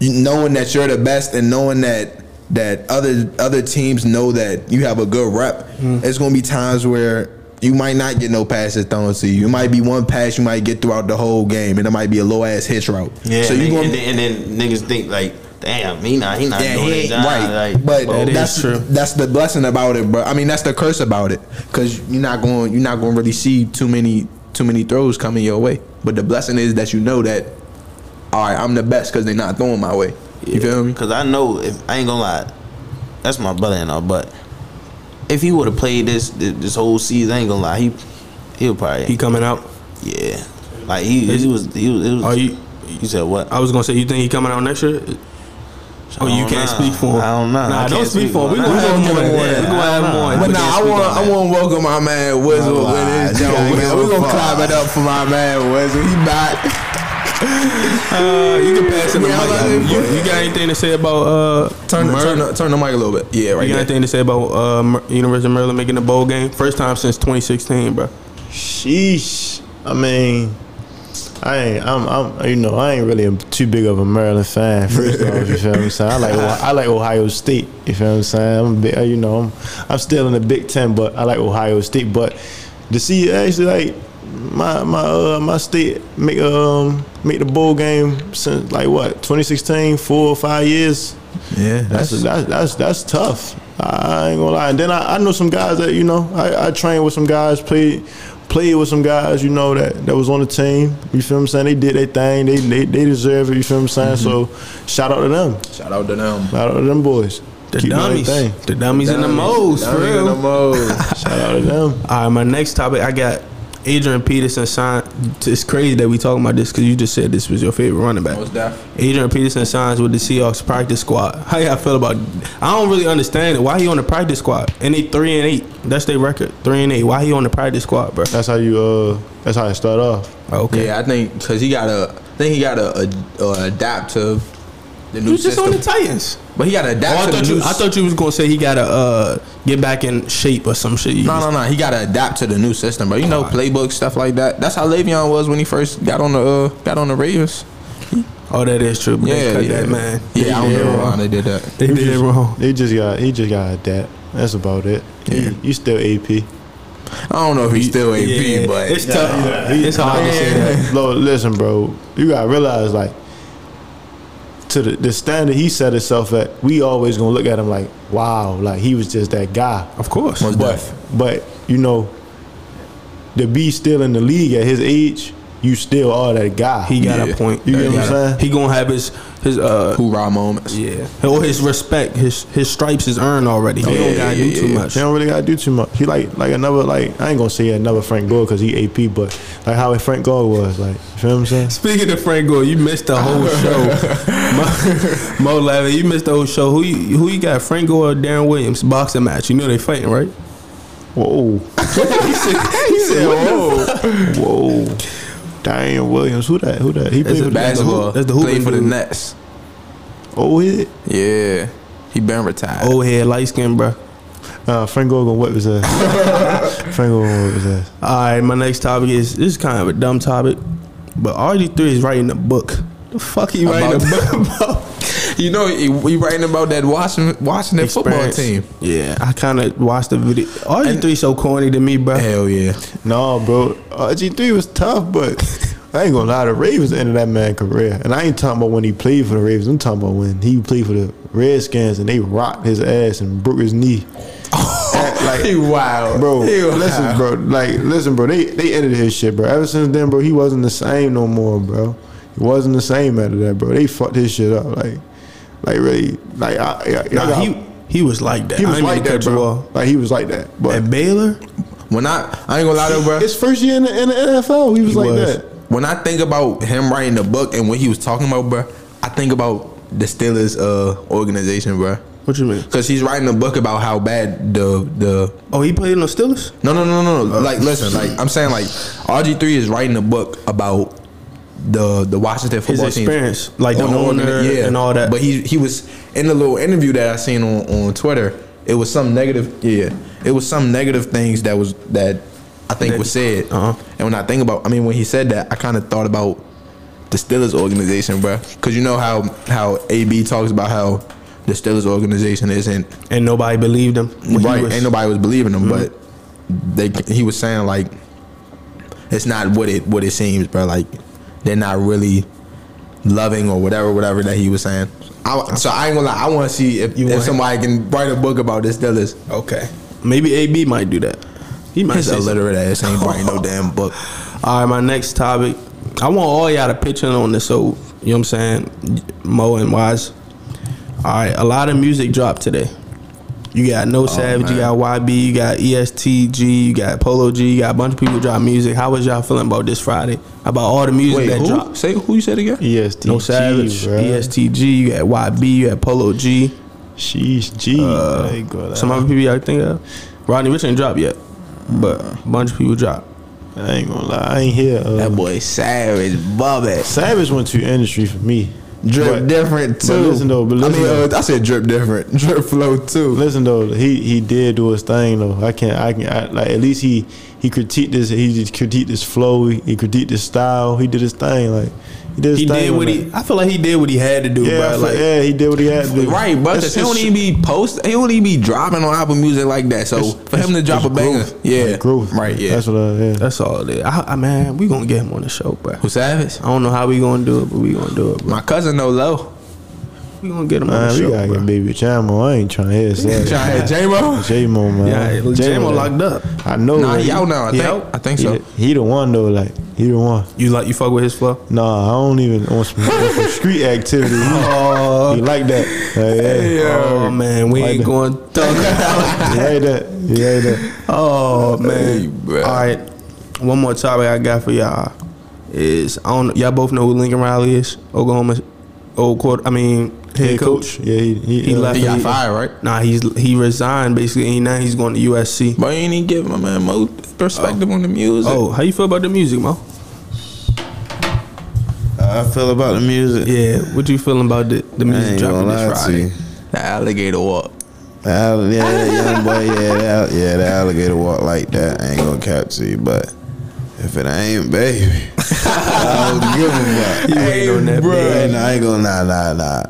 you, knowing that you're the best and knowing that that other other teams know that you have a good rep,
Mm.
it's gonna be times where you might not get no passes thrown to you. It might be one pass you might get throughout the whole game, and it might be a low ass hitch route.
Yeah,
so
and,
you
then-
gonna
and, then, and then niggas think like, damn, he not he not
yeah,
doing
he ain't
his job.
right,
Like,
but
That is
that's
true.
that's the blessing about it, bro. I mean, that's the curse about it, because you're not going you're not going to really see too many too many throws coming your way. But the blessing is that you know that, all right, I'm the best because they're not throwing my way. You feel me?
Cause I know if I ain't gonna lie, that's my brother and all. But if he would have played this this whole season, I ain't gonna lie, he he'll probably
he coming out.
Yeah, like he, he was he was. It was
Are you?
you said what?
I was gonna say you think he coming out next year? Oh,
I
you
don't
can't
know.
speak for him.
I don't know. I
Nah, don't
can't
speak
speak
for him. We
on
gonna
that.
have
We
more.
gonna
than
get
that.
it.
We gonna have more.
But
We
nah,
can't
I
speak
want
on
I
that.
want to welcome my man Wizard
Nah,
with his
you
joke,
gotta
man.
give
We
him
gonna
props.
clap it up for my man Wizard. He back.
Uh, you can pass him the
Yeah, I like
mic.
it.
You, you got anything to say about uh?
Turn,
Mer-
turn, the- turn the mic a little bit. Yeah,
You got
right there.
anything to say about uh Mer- University of Maryland making the bowl game? First time since 2016, bro.
Sheesh. I mean, I ain't. I'm. I'm. You know, I ain't really a, too big of a Maryland fan. First off, you feel what I'm saying. I like. Ohio- I like Ohio State. You feel what I'm saying. I'm. A big, you know, I'm. I'm still in the Big Ten, but I like Ohio State. But to see actually like my my uh, my state make um make the bowl game since like what 2016, four or five years.
Yeah,
That's that's that's, that's tough. I ain't gonna lie. And then I, I know some guys that you know I, I trained with some guys, played played with some guys you know that that was on the team. You feel what I'm saying? They did their thing. They they, they deserve it. You feel what I'm saying? So shout out to them.
shout out to them.
Shout out to them boys.
Mm-hmm. The
Keep doing their
dummies,
thing.
the dummies in the moles, for
Down in the
real.
most.
Shout out to them.
All right, my next topic, I got Adrian Peterson signed. It's crazy that we talking about this because you just said this was your favorite running back.
Most def.
Adrian Peterson signs with the Seahawks practice squad. How y'all feel about? I don't really understand it. Why he on the practice squad? And they three and eight. That's their record. Three and eight. Why he on the practice squad, bro?
That's how you. Uh, that's how it start off.
Okay.
Yeah, I think because he got to. I think he got to uh, adapt to the
He
new
was just
system.
on the Titans.
but he got to
Oh, I
adapt to
thought
the
you.
new.
I thought you was gonna say he gotta uh, get back in shape or some shit. You
no, no, no. He got to adapt to the new system, but you know, playbook stuff like that. That's how Le'Veon was when he first got on the uh, got on the Ravens.
Oh, that is true. But they
Yeah,
cut
yeah,
that man.
Yeah, I don't
did
know why
wrong.
they did that.
They did it wrong.
He just got. He just got that. That's about it.
Yeah.
You, you still AP.
I don't know if he's still AP,
Yeah,
but
it's tough. it's hard to say that.
Man, Lord, listen, bro. You gotta realize, like, to the, the standard he set himself at, we always gonna look at him like, wow, like he was just that guy.
Of course.
Most
But
definitely.
But you know, to be still in the league at his age, you still are that guy.
he got
Yeah.
a point.
You get what I'm
Yeah.
saying?
He gonna have his his uh
hoorah moments.
yeah. Or his respect, his his stripes is earned already. He don't
yeah,
gotta do
yeah, yeah,
too
yeah.
much.
They don't really gotta do too much. He like like another like I ain't gonna say another Frank Gore because he AP, but like how Frank Gore was like. You feel what I'm saying?
Speaking of Frank Gore, you missed the whole show. Mo, Mo Lavin, you missed the whole show. Who you, who you got? Frank Gore or Darren Williams boxing match? You know they fighting, right? he
Whoa,
said, he said
"Oh."
"Whoa."
whoa, Diane Williams, who that? Who that? He
That's
played
a
for the-
Basketball.
That's the hoop-
Played for the
dude.
Nets.
Oh, he
Yeah, he been retired.
Old head, light skin, bro.
Uh, Frank Gore gonna whip his ass. Frank Gore gonna whip his ass.
All right, my next topic is this is kind of a dumb topic, but RG3 is writing a book. The fuck he writing
About-
a book about?
You know, you you writing about that Washington, Washington football
Experience.
team.
Yeah, I kind of watched the video. RG3 so corny to me, bro.
Hell yeah.
No, bro, RG three was tough, but I ain't gonna lie. The Ravens ended that man career, and I ain't talking about when he played for the Ravens. I'm talking about when he played for the Redskins, and they rocked his ass and broke his knee. Act like,
He wild.
bro,
He wild.
listen, bro, like, listen, bro. They they ended his shit, bro. Ever since then, bro, he wasn't the same no more, bro. He wasn't the same after that, bro. They fucked his shit up, like, like really, like, I, I, I
Nah,
got-
he he was like that.
He
I
was
didn't mean
like
to
that,
cut you
bro.
off.
Like he was like that. But
At Baylor,
When I I ain't gonna lie to you, bro.
his first year in the, in the NFL, he was like
was.
that.
When I think about him writing the book and what he was talking about, bro, I think about the Steelers uh, organization, bro.
what you mean?
Cause he's writing a book about how bad the the
Oh, he played in the Steelers.
no no no no no like listen like I'm saying like RG three is writing a book about the the Washington
His
football team
experience, like the
on
owner
organi-
and all that.
But he he was in the little interview that I seen on, on Twitter. It was some negative. Yeah, it was some negative things that was that I think was said.
Uh-huh.
And when I think about, I mean, when he said that, I kind of thought about the Steelers organization, bro. Because you know how how AB talks about how the Steelers organization isn't
and nobody believed him. when he
right.
was-
Ain't nobody was Mm-hmm. believing him, but they he was saying like it's not what it what it seems, bro. Like they're not really loving or whatever, whatever that he was saying. I, so I ain't gonna lie. I want to see if, if
want-
somebody can write a book about this Steelers.
Okay, maybe AB might do that. He might.
His
Say something.
illiterate ass ain't writing no damn book.
All right, my next topic. I want all y'all to pitch in on this. So you know what I'm saying, Mo and Wise. All right, a lot of music dropped today. You got
Oh,
No Savage, you got YB, you got ESTG, you got Polo G, you got a bunch of people drop music. How was y'all feeling about this Friday? About all the music that dropped?
Say who you said again?
ESTG,
No Savage, E
bruh.
E
ESTG, you got YB, you got Polo G.
Sheesh, G. Like, bro,
Some other people y'all think of. Rodney Rich ain't dropped yet, but a bunch of people dropped.
I ain't gonna lie, I ain't here. Uh,
That boy Savage Bubba.
Savage went to industry for me.
Drip
But-
different
but
too.
listen though, but
I
listen
mean,
though.
uh, I said drip different. Drip flow too.
Listen though, he he did do his thing though. I can I can I, like at least he he critiqued this he just critiqued his flow, he, critiqued his style, he did his thing like he did his
He
thing.
did
on
what
that.
he. I feel like he did what he had to do,
yeah, I
bro.
feel-
Like,
yeah, he did what he had to do.
Right, but
It's-
he
it's-
don't even be post. He don't even be dropping on Apple Music like that. So for him to drop a banger, yeah,
Like growth.
right, yeah.
That's what I yeah.
That's all it is. I, I man, we gonna get him on the show, bro.
Who Savage?
I don't know how we gonna do it, but we gonna do it, bro.
My cousin No Low.
We gonna get him on
Man,
the
we
show,
gotta
bro.
get baby Chamo. I ain't trying to hear that.
Trying J Mo.
J-Mo, man.
Yeah, J-Mo locked up.
I know.
Nah,
like,
he out now. I
He
think.
out?
I think
He,
so.
he the one though. Like he the one.
You like you fuck with his flow?
Nah, I don't even on some, on some street activity. He, he like that. Like, yeah.
Oh man, we
Like
ain't
that.
going to talk about.
He like that. He like that.
Oh
Hey,
man.
bruh.
All right, one more topic I got for y'all is I don't y'all both know who Lincoln Riley is, Oklahoma old quarter. I mean, head, coach.
Yeah, he he,
He
uh,
left.
He got fired, right?
Nah, he's he resigned basically. And now he's going to USC.
But you ain't even give my man Mo perspective on the music.
Oh, how you feel about the music, Mo?
How I feel about the music.
Yeah, what you feeling about the, the
I
music
ain't
dropping
gonna
this
lie to
Friday?
you.
The alligator walk.
Al- yeah, that young boy, yeah, that, al- yeah, the alligator walk like that. I ain't gonna cap to you, but if it ain't, baby, I don't give a fuck.
You waiting on that,
Yeah, no, I ain't gonna nah nah nah.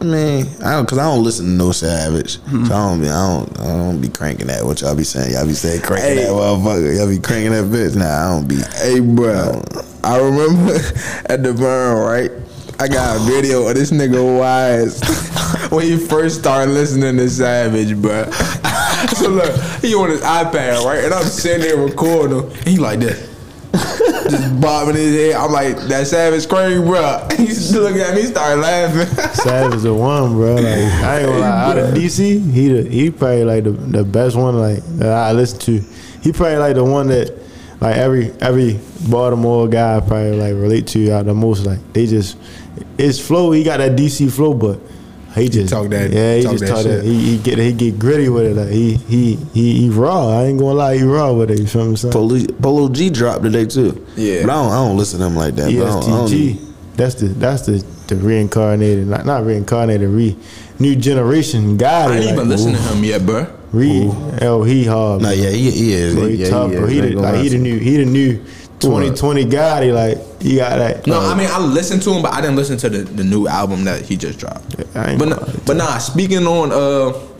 I mean, I don't, cause I don't listen to no Savage, so I don't be, I don't, I don't be cranking that. What y'all be saying? Y'all be saying cranking that motherfucker. Y'all be cranking that bitch. Nah, I don't be.
Hey, bro. I remember at the burn, right? I got a video of this nigga Wise when he first started listening to Savage, bro. so look, he on his iPad, right? And I'm sitting there recording him. He like this. Just bobbing his head. I'm like, that Savage crazy, bro. He's looking at me, started laughing.
Savage the one, bro. Like I ain't gonna lie, out of DC, he the, he probably like the, the best one like that I listen to. He probably like the one that like every every Baltimore guy probably like relate to out the most. Like they just his flow, he got that DC flow, but he just
talk that-
Yeah, he
talk
just
that
talk that.
shit.
He, he get he get gritty with it. Like he he he, he raw. I ain't gonna lie, he raw with it. You feel what I'm saying?
Polo, Polo G dropped today too.
Yeah.
but I don't, I don't listen to him like that. but Oh, I don't- I don't-
ESTG. That's the that's the the reincarnated, not not reincarnated, re new generation guy.
I ain't
like,
even listen to him yet, bro.
Re oh he hard.
Nah,
man.
yeah, he, he is.
Bro,
He,
he
yeah,
tough,
he,
bro.
is.
He
I
the,
ain't gonna
like
lie
he
to
the
you.
new he the new twenty twenty guy. He like he got that.
No, I mean I listened to him, but I didn't listen to the, the new album that he just dropped.
I ain't
but
gonna
nah, but nah, speaking on uh